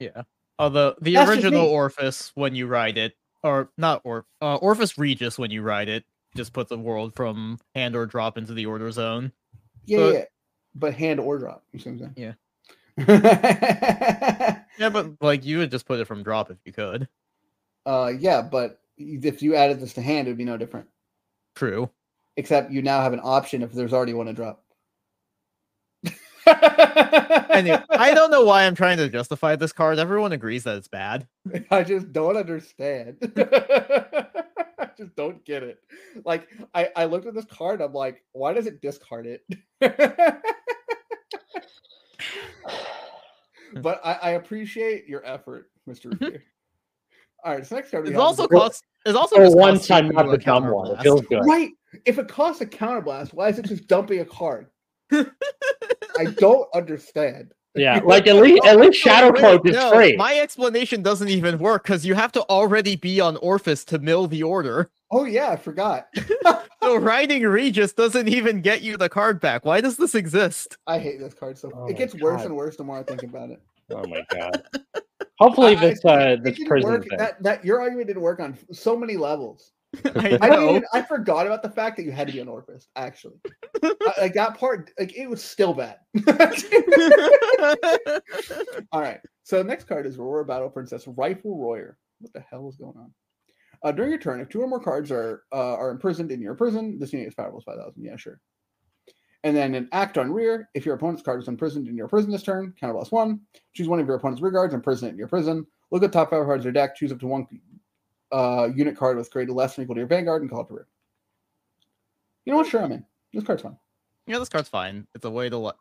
B: yeah. Although Uh, the
C: That's just
B: original
C: me.
B: Orphis when you ride it, or not or uh, Orphis Regis when you ride it, just puts the world from hand or drop into the order zone.
C: Yeah,
B: But-
C: yeah. But hand or drop. You see what I'm saying?
B: Yeah.
C: Yeah.
B: Yeah, but like you would just put it from drop if you could.
C: uh, yeah, but if you added this to hand, it would be no different.
B: True.
C: Except you now have an option if there's already one to drop.
B: Anyway, I don't know why I'm trying to justify this card. Everyone agrees that it's bad.
C: I just don't understand. I just don't get it. Like I, I looked at this card, I'm like, why does it discard it? but I, I appreciate your effort, Mr. Revere. All right, so next card we
B: It's
C: have is
B: also
A: Well,
B: cost. It's also
A: For
B: just
A: one
B: cost
A: time
B: you
A: not
B: a
A: the dumb one. It
B: counterblast.
A: feels good.
C: right. If it costs a counterblast, why is it just dumping a card? I don't understand.
A: Yeah. Like at least at least Shadow
B: Wait,
A: Cloak is
B: no,
A: free.
B: My explanation doesn't even work because you have to already be on Orphis to mill the order.
C: Oh yeah, I forgot.
B: So riding Regis doesn't even get you the card back. Why does this exist?
C: I hate this card so
A: Oh
C: it
A: my
C: gets worse
A: God.
C: and worse the more I think about it.
A: Oh my god. Hopefully
C: I-
A: this uh this
C: didn't
A: prison
C: work,
A: thing.
C: that, that your argument didn't work on so many levels.
B: I
C: I, didn't
B: know.
C: even- I forgot about the fact that you had to be an orphist, actually. I- like that part, like it was still bad. All right. So the next card is Roar Battle Princess Rifle Royer. What the hell is going on? Uh, during your turn, if two or more cards are uh, are imprisoned in your prison, this unit is powerful as 5,000. Yeah, sure. And then an act on rear. If your opponent's card is imprisoned in your prison this turn, counterblast one. Choose one of your opponent's rear guards, imprison it in your prison. Look at the top five cards of your deck. Choose up to one uh, unit card with created less than or equal to your vanguard and call it to rear. You know what? Sure, I'm in. This card's fine.
B: yeah, this card's fine. It's a way to let.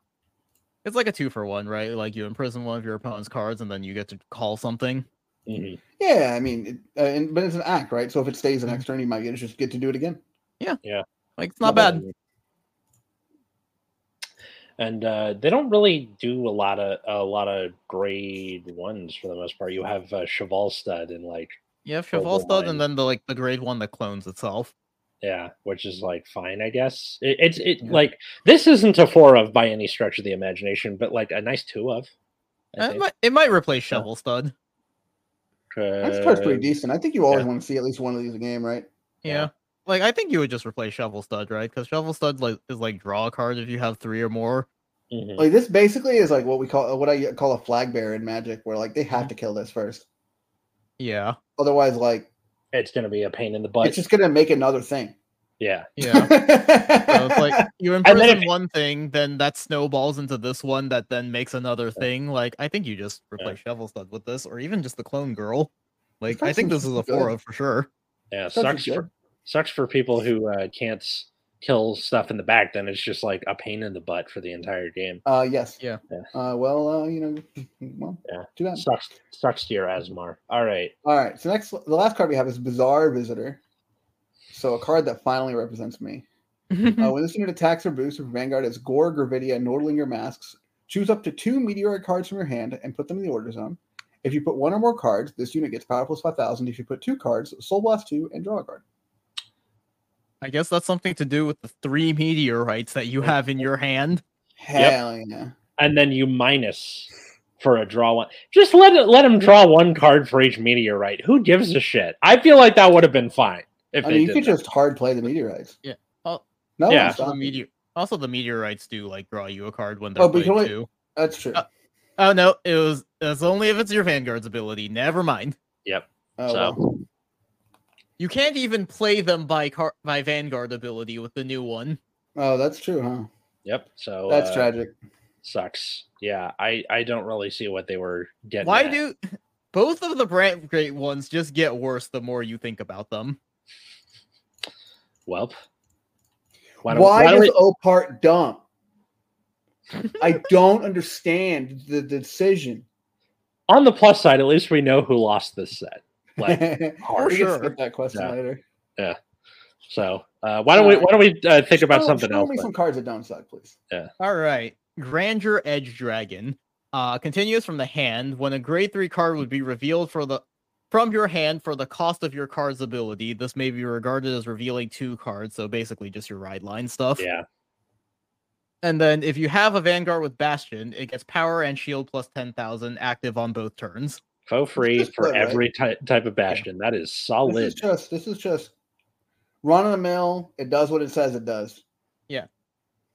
B: It's like a two for one, right? Like you imprison one of your opponent's cards and then you get to call something.
A: Mhm.
C: Yeah, I mean, it, uh, and, but it's an act, right? So if it stays the next turn, you might get, just get to do it again.
B: Like it's not bad.
A: And uh, they don't really do a lot of a lot of grade ones for the most part. You have uh, Chevalstud and like
B: You have
A: Over
B: Chevalstud
A: mine.
B: and then the like the grade one that clones itself.
A: yeah, which is like fine, I guess. It, it's it
B: Yeah.
A: like this isn't a four of by any stretch of the imagination, but like a nice two of. I
B: It
A: think.
B: might, it might replace
A: Yeah.
B: Chevalstud.
C: That's card's pretty
A: Uh,
C: decent. I think you always want to see at least one of these a game, right?
A: Yeah.
B: Yeah. Like I think you would just replace Shovel Stud, right? Because Shovel Stud like is like draw a card if you have three or more. Mm.
A: mhm.
C: Like this basically is like what we call what I call a flag bearer in Magic, where like they
B: Mm-hmm.
C: have to kill this first,
B: Yeah.
C: otherwise like
A: It's gonna be a pain in the butt.
C: it's just gonna make another thing.
A: yeah,
B: Yeah. so it's like you
A: then
B: imprison
A: if-
B: one thing, then that snowballs into this one that then makes another thing. Like I think you just replace Shovel Stud with this, or even just the clone girl. Like I
C: card's
B: think this is
C: actually
B: a
C: good.
B: four of for sure.
A: yeah.
C: That's
A: Sucks
C: good.
A: for sucks for people who uh, can't s- kill stuff in the back. Then it's just like a pain in the butt for the entire game.
C: Uh, yes.
B: Yeah.
A: Yeah.
C: Uh, well, uh, you know, well,
A: Yeah.
C: too bad.
A: Sucks sucks to your Asmar. All right.
C: All right. So next, the last card we have is Bizarre Visitor. So a card that finally represents me.
B: Mm-hmm.
C: Uh, when this unit attacks or boosts with Vanguard as Gore, Gravidia, and Nordlinger masks, choose up to two meteoric cards from your hand and put them in the order zone. If you put one or more cards, this unit gets power plus 5,000. If you put two cards, Soul Blast 2 and draw a card.
B: I guess that's something to do with the three meteorites that you have in your hand.
C: Hell yeah.
A: and then you minus for a draw one. Just let it, let him draw one card for each meteorite. Who gives a shit? I feel like that would have been fine if
C: I
A: they
C: mean, you
A: did
C: could
A: that.
C: just hard play the meteorites.
B: Yeah. Oh,
C: no,
A: yeah.
B: Also,
C: one's
B: the
C: stopping you.
B: meteor- also, the meteorites do like draw you a card when they're
C: Oh, but you
B: played
C: can only-
B: too.
C: That's true.
B: Uh, Oh no, it was it's only if it's your Vanguard's ability. Never mind.
C: Oh,
A: so.
C: well.
B: You can't even play them by car- by Vanguard ability with the new one.
C: Oh, that's true, huh?
A: Yep. So
C: That's
A: uh,
C: tragic.
A: Sucks. Yeah. I I don't really see what they were getting.
B: Why
A: at.
B: do both of the brand great ones just get worse the more you think about them?
A: Welp.
C: Why,
A: don't- don't
C: does
A: we-
C: Opart dump? I don't understand the, the decision.
A: on the plus side, at least we know who lost this set. Like
C: we
A: hard.
C: can
B: sure.
C: skip that question
A: Yeah.
C: later.
A: So uh, why don't we why don't we uh, think about
C: Show-
A: something
C: Oh, show
A: else?
C: me
A: then?
C: some cards that don't suck, please.
B: All right. Grandeur Edge Dragon. Uh, continues from the hand. When a grade three card would be revealed for the from your hand for the cost of your card's ability, this may be regarded as revealing two cards. So basically, just your ride line stuff.
A: Yeah.
B: And then if you have a Vanguard with Bastion, it gets power and shield plus ten thousand active on both turns.
A: Faux free
C: just
A: for
C: good, right?
A: every ty- type of bastion. That is
C: This is
A: solid.
C: just this is just run of the mill. It does what it says it does.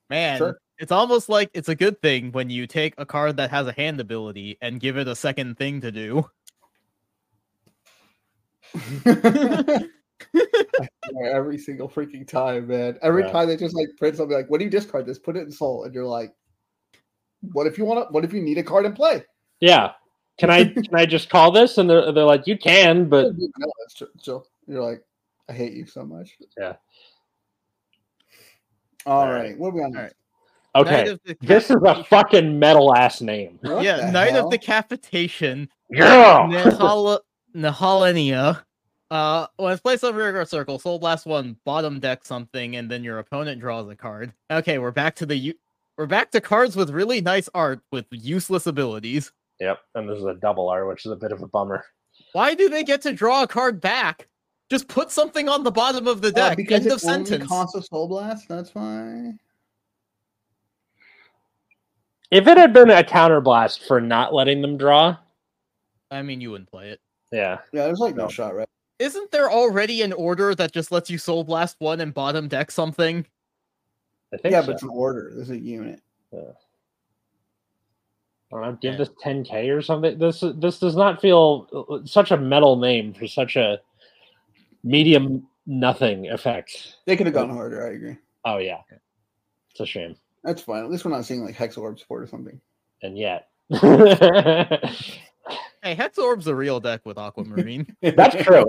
B: Man,
C: Sure.
B: it's almost like it's a good thing when you take a card that has a hand ability and give it a second thing to do.
C: Every single freaking time, man. Every
A: Yeah.
C: time they just like print something like, "What do you discard this? Put it in soul," and you're like, "What if you want to? What if you need a card in play?"
A: Yeah. Can I can I just call this? And they're, they're like, you can, but
C: no, that's true. So you're like, I hate you so much.
A: Yeah.
C: All
A: Alright.
C: right. What are we on?
B: Alright. Knight
A: okay.
B: of the
A: This is a
B: Decapitation-
A: fucking metal ass name.
C: What
B: yeah,
C: the
B: Knight
C: hell?
B: of Decapitation
A: Yeah.
B: Nahala, Nahalania. Uh, when it's placed on rear guard circle, Soul Blast one, bottom deck something, and then your opponent draws a card. Okay, we're back to the u- we're back to cards with really nice art with useless abilities.
A: Yep. And this is a double R, which is a bit of a bummer.
B: Why do they get to draw a card back? Just put something on the bottom of the
C: Oh,
B: deck.
C: because
B: End
C: it
B: of
C: only
B: sentence.
C: costs a soul blast. That's why.
A: If it had been a counter blast for not letting them draw,
B: I mean, you wouldn't play it.
A: yeah.
C: Yeah, there's like no,
A: No.
C: shot, right?
B: Isn't there already an order that just lets you Soul Blast one and bottom deck something?
A: I think
C: Yeah,
A: so.
C: but it's an order. This is a unit.
A: I don't know, give this 10k or something. This this does not feel uh, such a metal name for such a medium nothing effect.
C: They could have gone harder. I agree.
A: Oh yeah, it's a shame.
C: That's fine. At least we're not seeing like hex orb support or something.
A: And yet, that's
B: Hey, Hex Orb's a real deck with Aquamarine.
A: true.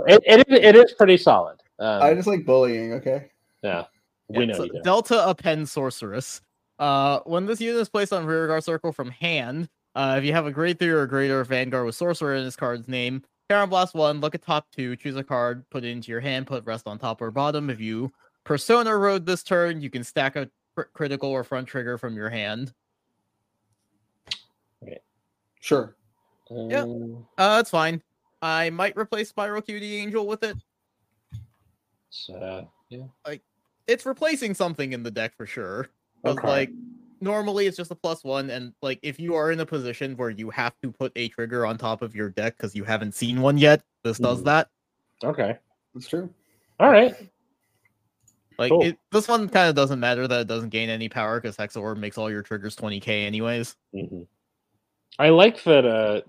A: It, it, is, it is pretty solid. Um,
C: I just like bullying. Okay.
A: we
B: Yeah,
A: know
B: so
A: you do.
B: Delta append sorceress. Uh, when this unit is placed on rearguard circle from hand, uh, if you have a grade three or greater vanguard with sorcerer in his card's name, Terran Blast one, look at top two, choose a card, put it into your hand, put rest on top or bottom. If you persona road this turn, you can stack a cr- critical or front trigger from your hand.
C: Sure.
B: yeah.
A: Um,
B: Uh, that's fine. I might replace Spiral Cutie Angel with it.
A: so, yeah.
B: It's replacing something in the deck for sure. Because
A: Okay.
B: like normally it's just a plus one, and like if you are in a position where you have to put a trigger on top of your deck because you haven't seen one yet, this does
A: Mhm.
B: that.
A: Okay.
C: That's true.
A: All right.
B: Like
A: Cool.
B: it, this one kind of doesn't matter that it doesn't gain any power because Hexor makes all your triggers 20k anyways.
A: Mhm. I like that. Uh,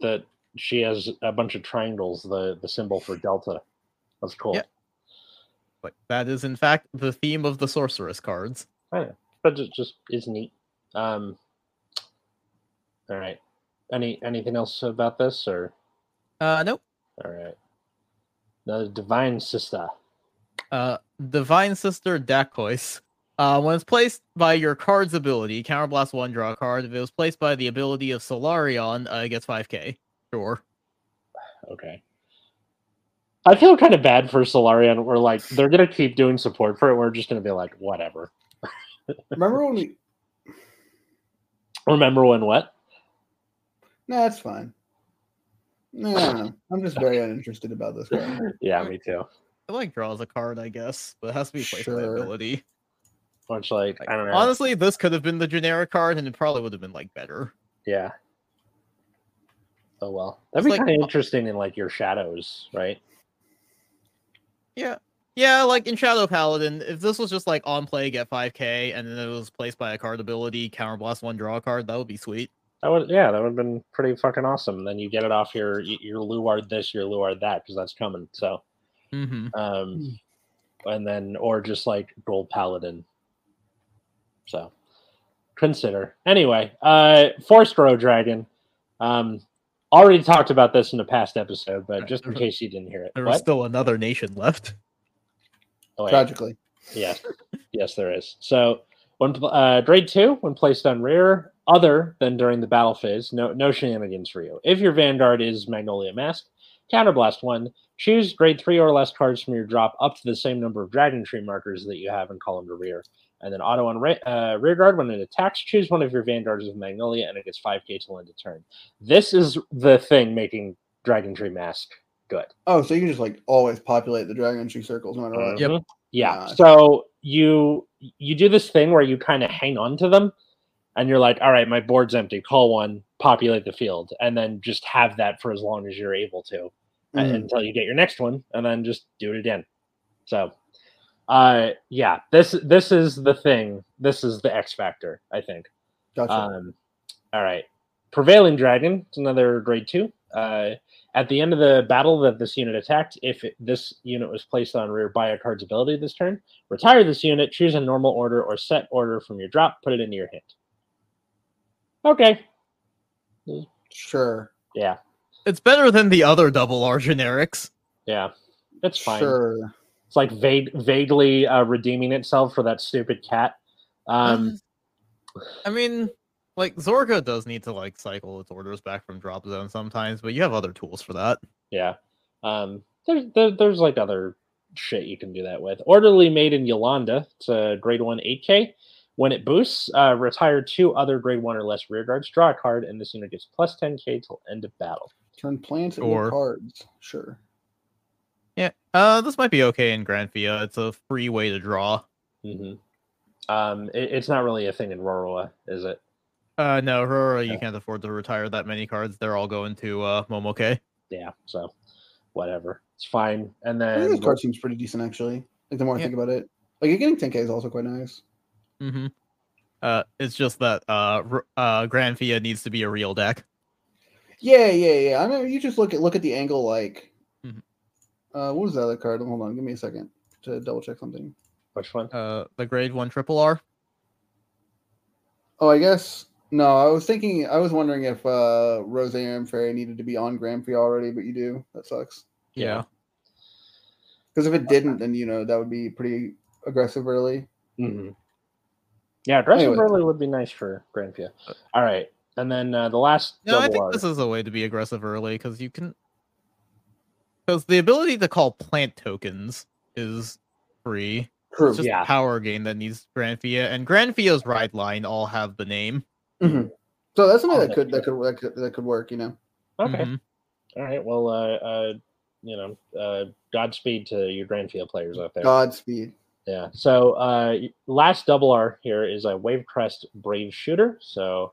A: that she has a bunch of triangles. The the symbol for delta. That's cool.
B: Yeah. But that is in fact the theme of the sorceress cards.
A: but it just is neat. Um, all right. Any anything else about this or
B: Uh nope.
A: all right? Another divine sister.
B: Uh, Divine Sister Dacois. Uh, when it's placed by your card's ability, counterblast one, draw a card. If it was placed by the ability of Solarion, uh, it gets 5k. Sure.
A: Okay. I feel kind of bad for Solarian. We're like, they're gonna keep doing support for it. We're just gonna be like, whatever.
D: Remember when we?
A: Remember when what?
D: No, that's fine. No, no, no. I'm just very uninterested about this card.
A: Yeah, me too.
B: I like draws a card, I guess, but it has to be placed by
D: Sure.
B: ability.
A: Much like
B: Like,
A: I don't know.
B: honestly, this could have been the generic card, and it probably would have been like better.
A: Yeah. Oh well, that'd be
B: It's like-
A: kind of interesting in like your shadows, right?
B: Yeah, like in Shadow Paladin, if this was just like on play, get 5k, and then it was placed by a card ability, counterblast one draw card, that would be sweet.
A: That would yeah, that would have been pretty fucking awesome. Then you get it off your your luard this, your luard that, because that's coming. So,
B: Mm-hmm.
A: um,
B: Hmm.
A: and then or just like gold paladin. So, consider anyway. Uh, forest row dragon. Um, already talked about this in the past episode, but
B: Right,
A: just in
B: there-
A: case you didn't hear it.
B: There was
A: What?
B: still another nation left.
A: Oh, wait.
D: Tragically,
A: Yes, yes, there is. So when pl- uh, grade two, when placed on rear, other than during the battle phase, no no shenanigans for you. If your vanguard is Magnolia Mask, counterblast one. Choose grade three or less cards from your drop up to the same number of dragon tree markers that you have in column to rear. And then auto on re- uh, rear guard when it attacks, choose one of your vanguards with Magnolia, and it gets 5k till end of turn. This is the thing making Dragon Tree Mask good.
D: oh, so you can just like always populate the dragon tree circles no matter
C: Uh,
D: what.
A: Mhm.
B: Yep.
A: Yeah.
D: Gotcha.
A: So you you do this thing where you kind of hang on to them and you're like, all right, my board's empty, call one, populate the field, and then just have that for as long as you're able to a-
D: Mhm.
A: until you get your next one, and then just do it again. So uh yeah, this this is the thing. This is the X factor, I think.
D: Gotcha.
A: Um, all right. Prevailing Dragon. It's another grade two. Uh, at the end of the battle that this unit attacked, if it, this unit was placed on rear by a card's ability this turn, retire this unit, choose a normal order or set order from your drop, put it into your hand. Okay.
D: sure.
A: Yeah.
B: It's better than the other double R generics.
A: Yeah. It's fine.
D: Sure.
A: It's like vague, vaguely uh, redeeming itself for that stupid cat. Um,
B: I mean, like Zorgo does need to like cycle its orders back from drop zone sometimes, but you have other tools for that.
A: Yeah. Um, there's there, there's like other shit you can do that with. Orderly made in Yolanda. It's a grade one 8K. When it boosts, uh, retire two other grade one or less rear guards, draw a card, and this unit gets plus 10k till end of battle.
D: Turn plants
B: Sure.
D: into cards. Sure.
B: Yeah. Uh this might be okay in Grand Via. It's a free way to draw.
A: hmm Um, it- it's not really a thing in Roroa, is it?
B: Uh no, Aurora, you
A: Yeah.
B: can't afford to retire that many cards. They're all going to uh Momoke.
A: Yeah. So, whatever. It's fine. And
D: I think
A: then
D: this card seems pretty decent actually. Like the more I
B: Yeah.
D: think about it, like you're getting 10k is also quite nice.
B: Mm-hmm. Uh it's just that uh R- uh Grand Via needs to be a real deck.
D: Yeah, yeah, yeah. I mean, you just look at look at the angle. Like,
B: Mhm.
D: uh, what was the other card? Hold on, give me a second to double check something.
A: which one?
B: Uh the grade one triple R.
D: Oh, I guess no. I was thinking, I was wondering if uh, Roseanne Ferry needed to be on Grand Prix already, but you do. That sucks.
A: Yeah.
D: Because if it didn't, then you know that would be pretty aggressive early.
A: Mm-hmm. Yeah, aggressive
D: Anyway.
A: early would be nice for Grandpia. All right. And then uh, the last.
B: No, I
A: double
B: think
A: R.
B: this is a way to be aggressive early because you can. Because the ability to call plant tokens is free.
D: True.
B: It's just
A: yeah.
B: power gain that needs Granfia, and Granfia's ride line all have the name.
D: Mhm. So that's something
A: Oh,
D: that could that could that could that could work. You know.
A: Okay.
B: Mhm.
A: All right. Well, uh, uh, you know, uh, Godspeed to your Grandfield players out there.
C: Uh,
D: Godspeed.
A: Yeah. So uh, y- last double R here is a Wavecrest Brave Shooter. So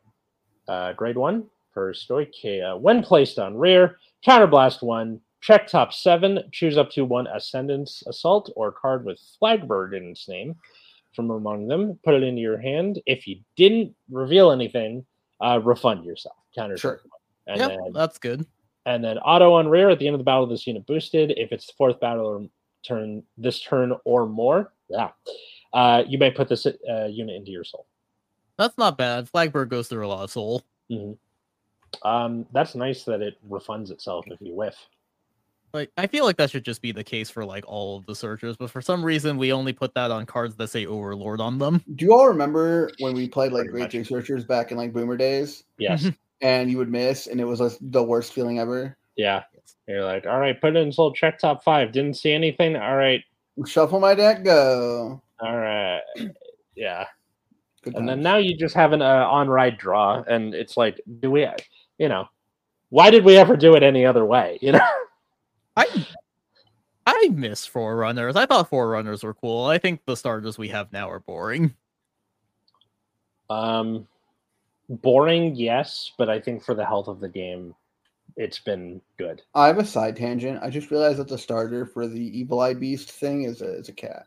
A: uh, grade one for Stoichia. When placed on rear, counterblast one. Check top seven. Choose up to one Ascendance Assault or card with Flagbird in its name from among them. Put it into your hand. If you didn't reveal anything, uh, refund yourself. Counter.
D: Sure.
A: And
B: Yep,
A: then
B: that's good.
A: and then auto on rear at the end of the battle. This unit boosted. If it's the fourth battle or turn this turn or more, yeah, uh, you may put this uh, unit into your soul.
B: That's not bad. Flagbird goes through a lot of soul.
A: Um, that's nice that it refunds itself if you whiff.
B: Like I feel like that should just be the case for like all of the searchers, but for some reason we only put that on cards that say Overlord on them.
D: Do you all remember when we played like
A: Pretty
D: Great
A: much.
D: Jig Searchers back in like Boomer days,
A: Yes,
B: Mhm.
D: and you would miss, and it was like, the worst feeling ever?
A: yeah, You're like, all right, put it in soul check top five. Didn't see anything. All right,
D: Shuffle my deck. Go.
A: all right, yeah.
D: Good
A: And then
D: times.
A: now you just have an uh, on ride draw, and it's like, do we, you know, why did we ever do it any other way? You know,
B: I I miss forerunners. I thought forerunners were cool. I think the starters we have now are boring.
A: um, boring, yes, but I think for the health of the game, it's been good.
D: I have a side tangent. I just realized that the starter for the Evil Eye Beast thing is a, is a cat.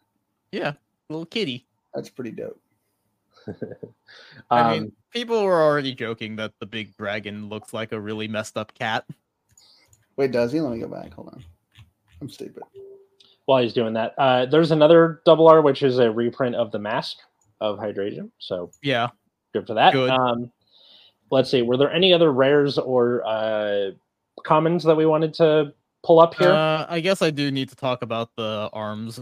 B: Little kitty.
D: That's pretty dope.
A: Um,
B: I mean, people were already joking that the big dragon looks like a really messed up cat.
D: Wait, does he? Let me go back. Hold on. I'm stupid.
A: while he's doing that, uh, there's another double R, which is a reprint of the mask of Hydratium. So
B: Yeah.
A: good for that.
B: Good.
A: Um, let's see. Were there any other rares or uh, commons that we wanted to pull up here?
B: Uh, I guess I do need to talk about the arms.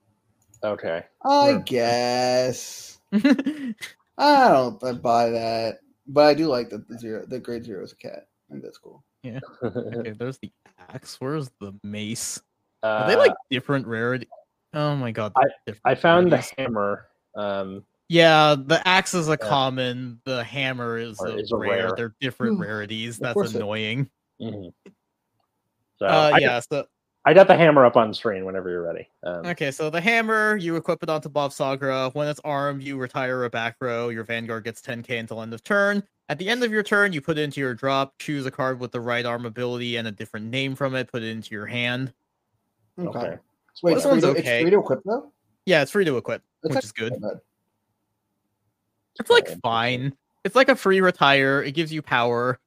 A: okay.
D: I
B: Sure.
D: guess I don't th- buy that, but I do like that the zero, the grade zero is a cat. I think that's cool.
B: okay, there's the axe. Where's the mace? Are
A: Uh,
B: they like different rarity? Oh my god. they're different
A: I found the
B: rarities.
A: hammer. Um,
B: Yeah, the axe is a common. The hammer is
A: Or
B: a,
A: is a
B: rare.
A: rare.
B: They're different
D: Hmm,
B: rarities.
D: of
B: That's
D: course it-
B: annoying.
A: mhm. So
B: uh,
A: I,
B: yeah. So
A: I got the hammer up on screen whenever you're ready. Um,
B: okay, so the hammer you equip it onto Bob Sagra. When it's armed, you retire a back row. Your vanguard gets 10k until end of turn. At the end of your turn, you put it into your drop. Choose a card with the right arm ability and a different name from it. Put it into your hand.
D: Okay.
A: Okay.
D: Wait,
B: This
D: it's free,
B: one's
D: to,
B: okay.
D: it's free to equip though.
B: Yeah, it's free to equip,
D: That's
B: which is good.
D: Not bad.
B: It's like
A: Alright.
B: fine. It's like a free retire. It gives you power.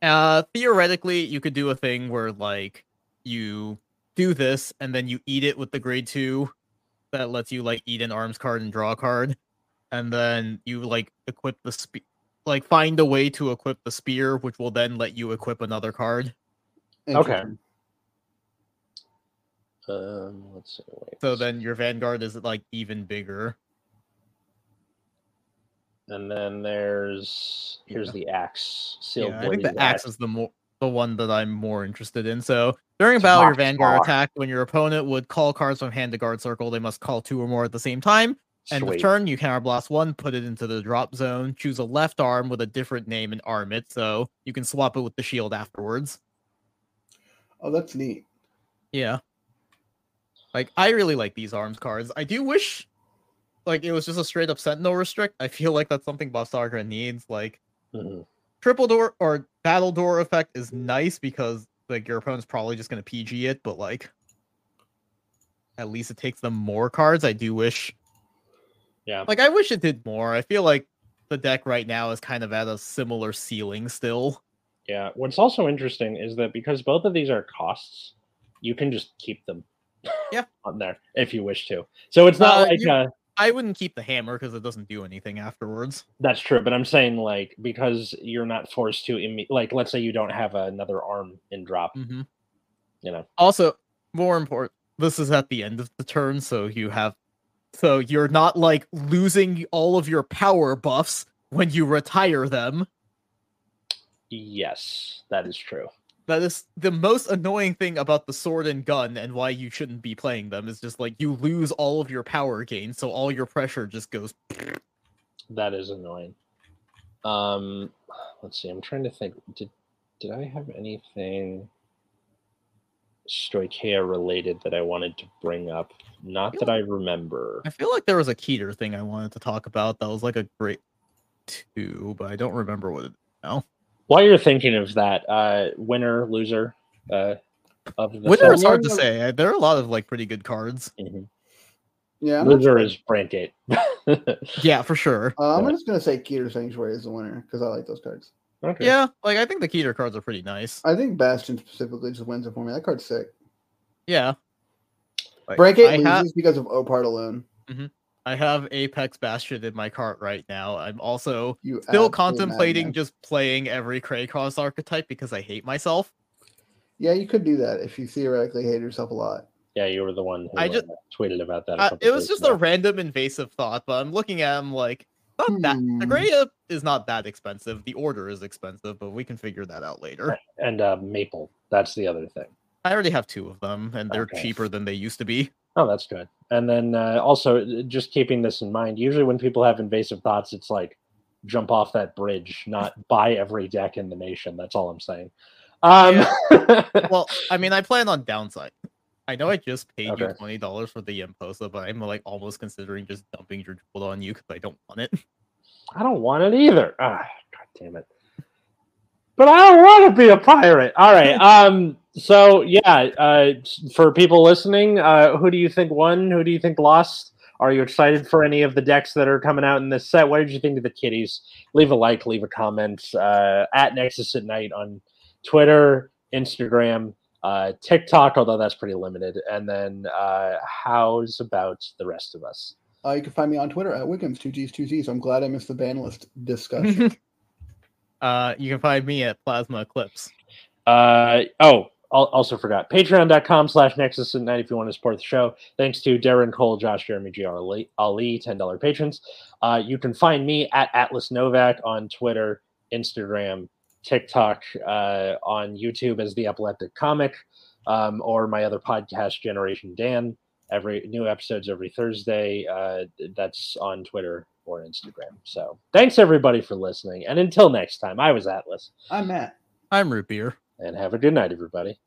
B: Uh theoretically, you could do a thing where like you do this and then you eat it with the grade 2 that lets you like eat an arms card and draw a card and then you like equip the spe- like find a way to equip the spear which will then let you equip another card.
A: Okay.
D: Interesting.
A: um, let's see. Wait.
B: So then your vanguard is like even bigger.
A: and then there's here's
B: Yeah.
A: the axe. Sealed
B: yeah, I think
A: blade
B: the axe is the more the one that I'm more interested in. So during a battle, your
A: rock
B: vanguard
A: star.
B: attack, when your opponent would call cards from hand to guard circle, they must call two or more at the same time. End of
A: Sweet.
B: turn, you counter blast one, put it into the drop zone, choose a left arm with a different name and arm it, so you can swap it with the shield afterwards.
D: Oh, that's neat.
B: Yeah. Like I really like these arms cards. I do wish like it was just a straight up sentinel restrict. I feel like that's something Bossagra needs. Like
A: Mhm.
B: triple door or battle door effect is nice because like your opponent's probably just gonna PG it, but like at least it takes them more cards. I do wish.
A: Yeah.
B: Like I wish it did more. I feel like the deck right now is kind of at a similar ceiling still.
A: Yeah. What's also interesting is that because both of these are costs, you can just keep them.
B: Yeah.
A: on there if you wish to. So it's not
B: Uh,
A: like
B: you-
A: uh,
B: I wouldn't keep the hammer because it doesn't do anything afterwards.
A: that's true, but I'm saying like because you're not forced to imme- like let's say you don't have another arm in drop,
B: Mm-hmm.
A: you know.
B: Also, more important, this is at the end of the turn, so you have so you're not like losing all of your power buffs when you retire them.
A: Yes, that is true.
B: That is the most annoying thing about the sword and gun and why you shouldn't be playing them is just like you lose all of your power gain, so all your pressure just goes
A: That is annoying. Um, let's see. I'm trying to think. Did did I have anything Stoichea related that I wanted to bring up? Not that I remember.
B: I feel like there was a Keter thing I wanted to talk about that was like a great two, but I don't remember what it
A: While you're thinking of that, uh, winner, loser, uh, of the
B: Winter is
A: fest-
B: hard to say. I- There are a lot of like pretty good cards.
A: Mhm.
D: Yeah. I'm,
A: Loser is Brandgate.
B: Yeah, for sure.
D: uh, I'm
A: Yeah.
D: just gonna say Keter Sanctuary is the winner because I like those cards.
A: okay.
B: Yeah, like I think the Keter cards are pretty nice.
D: I think Bastion specifically just wins it for me. That card's sick.
B: Yeah. Like,
D: Break it
B: I, ha-
D: loses because of Opart alone.
B: I have Apex Bastion in my cart right now. I'm also
D: You
B: still
D: absolute
B: contemplating
D: madman.
B: just playing every Krakos archetype because I hate myself.
D: Yeah, you could do that if you theoretically hate yourself a lot.
A: yeah, you were the one who
B: I just-
A: uh, tweeted about that. a
B: Uh,
A: couple
B: it was
A: days
B: just a
A: ago.
B: random invasive thought, but I'm looking at him like, not that
D: Hmm.
B: the
A: Mm-hmm.
B: Greya is not that expensive. The order is expensive, but we can figure that out later.
A: and uh, Maple That's the other thing.
B: I already have two of them, and they're
A: Okay.
B: cheaper than they used to be.
A: Oh, that's good. And then uh, also uh, just keeping this in mind. Usually, when people have invasive thoughts, it's like jump off that bridge, not buy every deck in the nation. That's all I'm saying. Um,
B: Well, I mean, I plan on downside. I know I just paid you
A: Okay.
B: twenty dollars for the Imposa, but I'm like almost considering just dumping your jewel on you because I don't want it.
A: I don't want it either. Ah, god damn it. But I don't want to be a pirate. All right. Um. So yeah. Uh. s- For people listening, uh, who do you think won? Who do you think lost? Are you excited for any of the decks that are coming out in this set? What did you think of the kitties? Leave a like. Leave a comment. Uh, at Nexus at Night on Twitter, Instagram, uh, TikTok. Although that's pretty limited. And then, uh, how's about the rest of us?
D: Uh, you can find me on Twitter at Wiggins, two G's, two Z's. I'm glad I missed the ban list discussion.
B: uh, you can find me at Plasma Eclipse.
A: Uh, oh, al- also forgot patreon.com slash nexus at night if you want to support the show. Thanks to Darren Cole, Josh, Jeremy, G. Ali, Ali $10 patrons. Uh, you can find me at Atlas Novak on Twitter, Instagram, TikTok, uh, on YouTube as the Epileptic Comic, um, or my other podcast, Generation Dan. Every new episodes every Thursday. Uh, that's on Twitter or Instagram. So thanks everybody for listening. And until next time, I was Atlas,
D: I'm Matt.
B: I'm Root Beer.
A: and have a good night, everybody.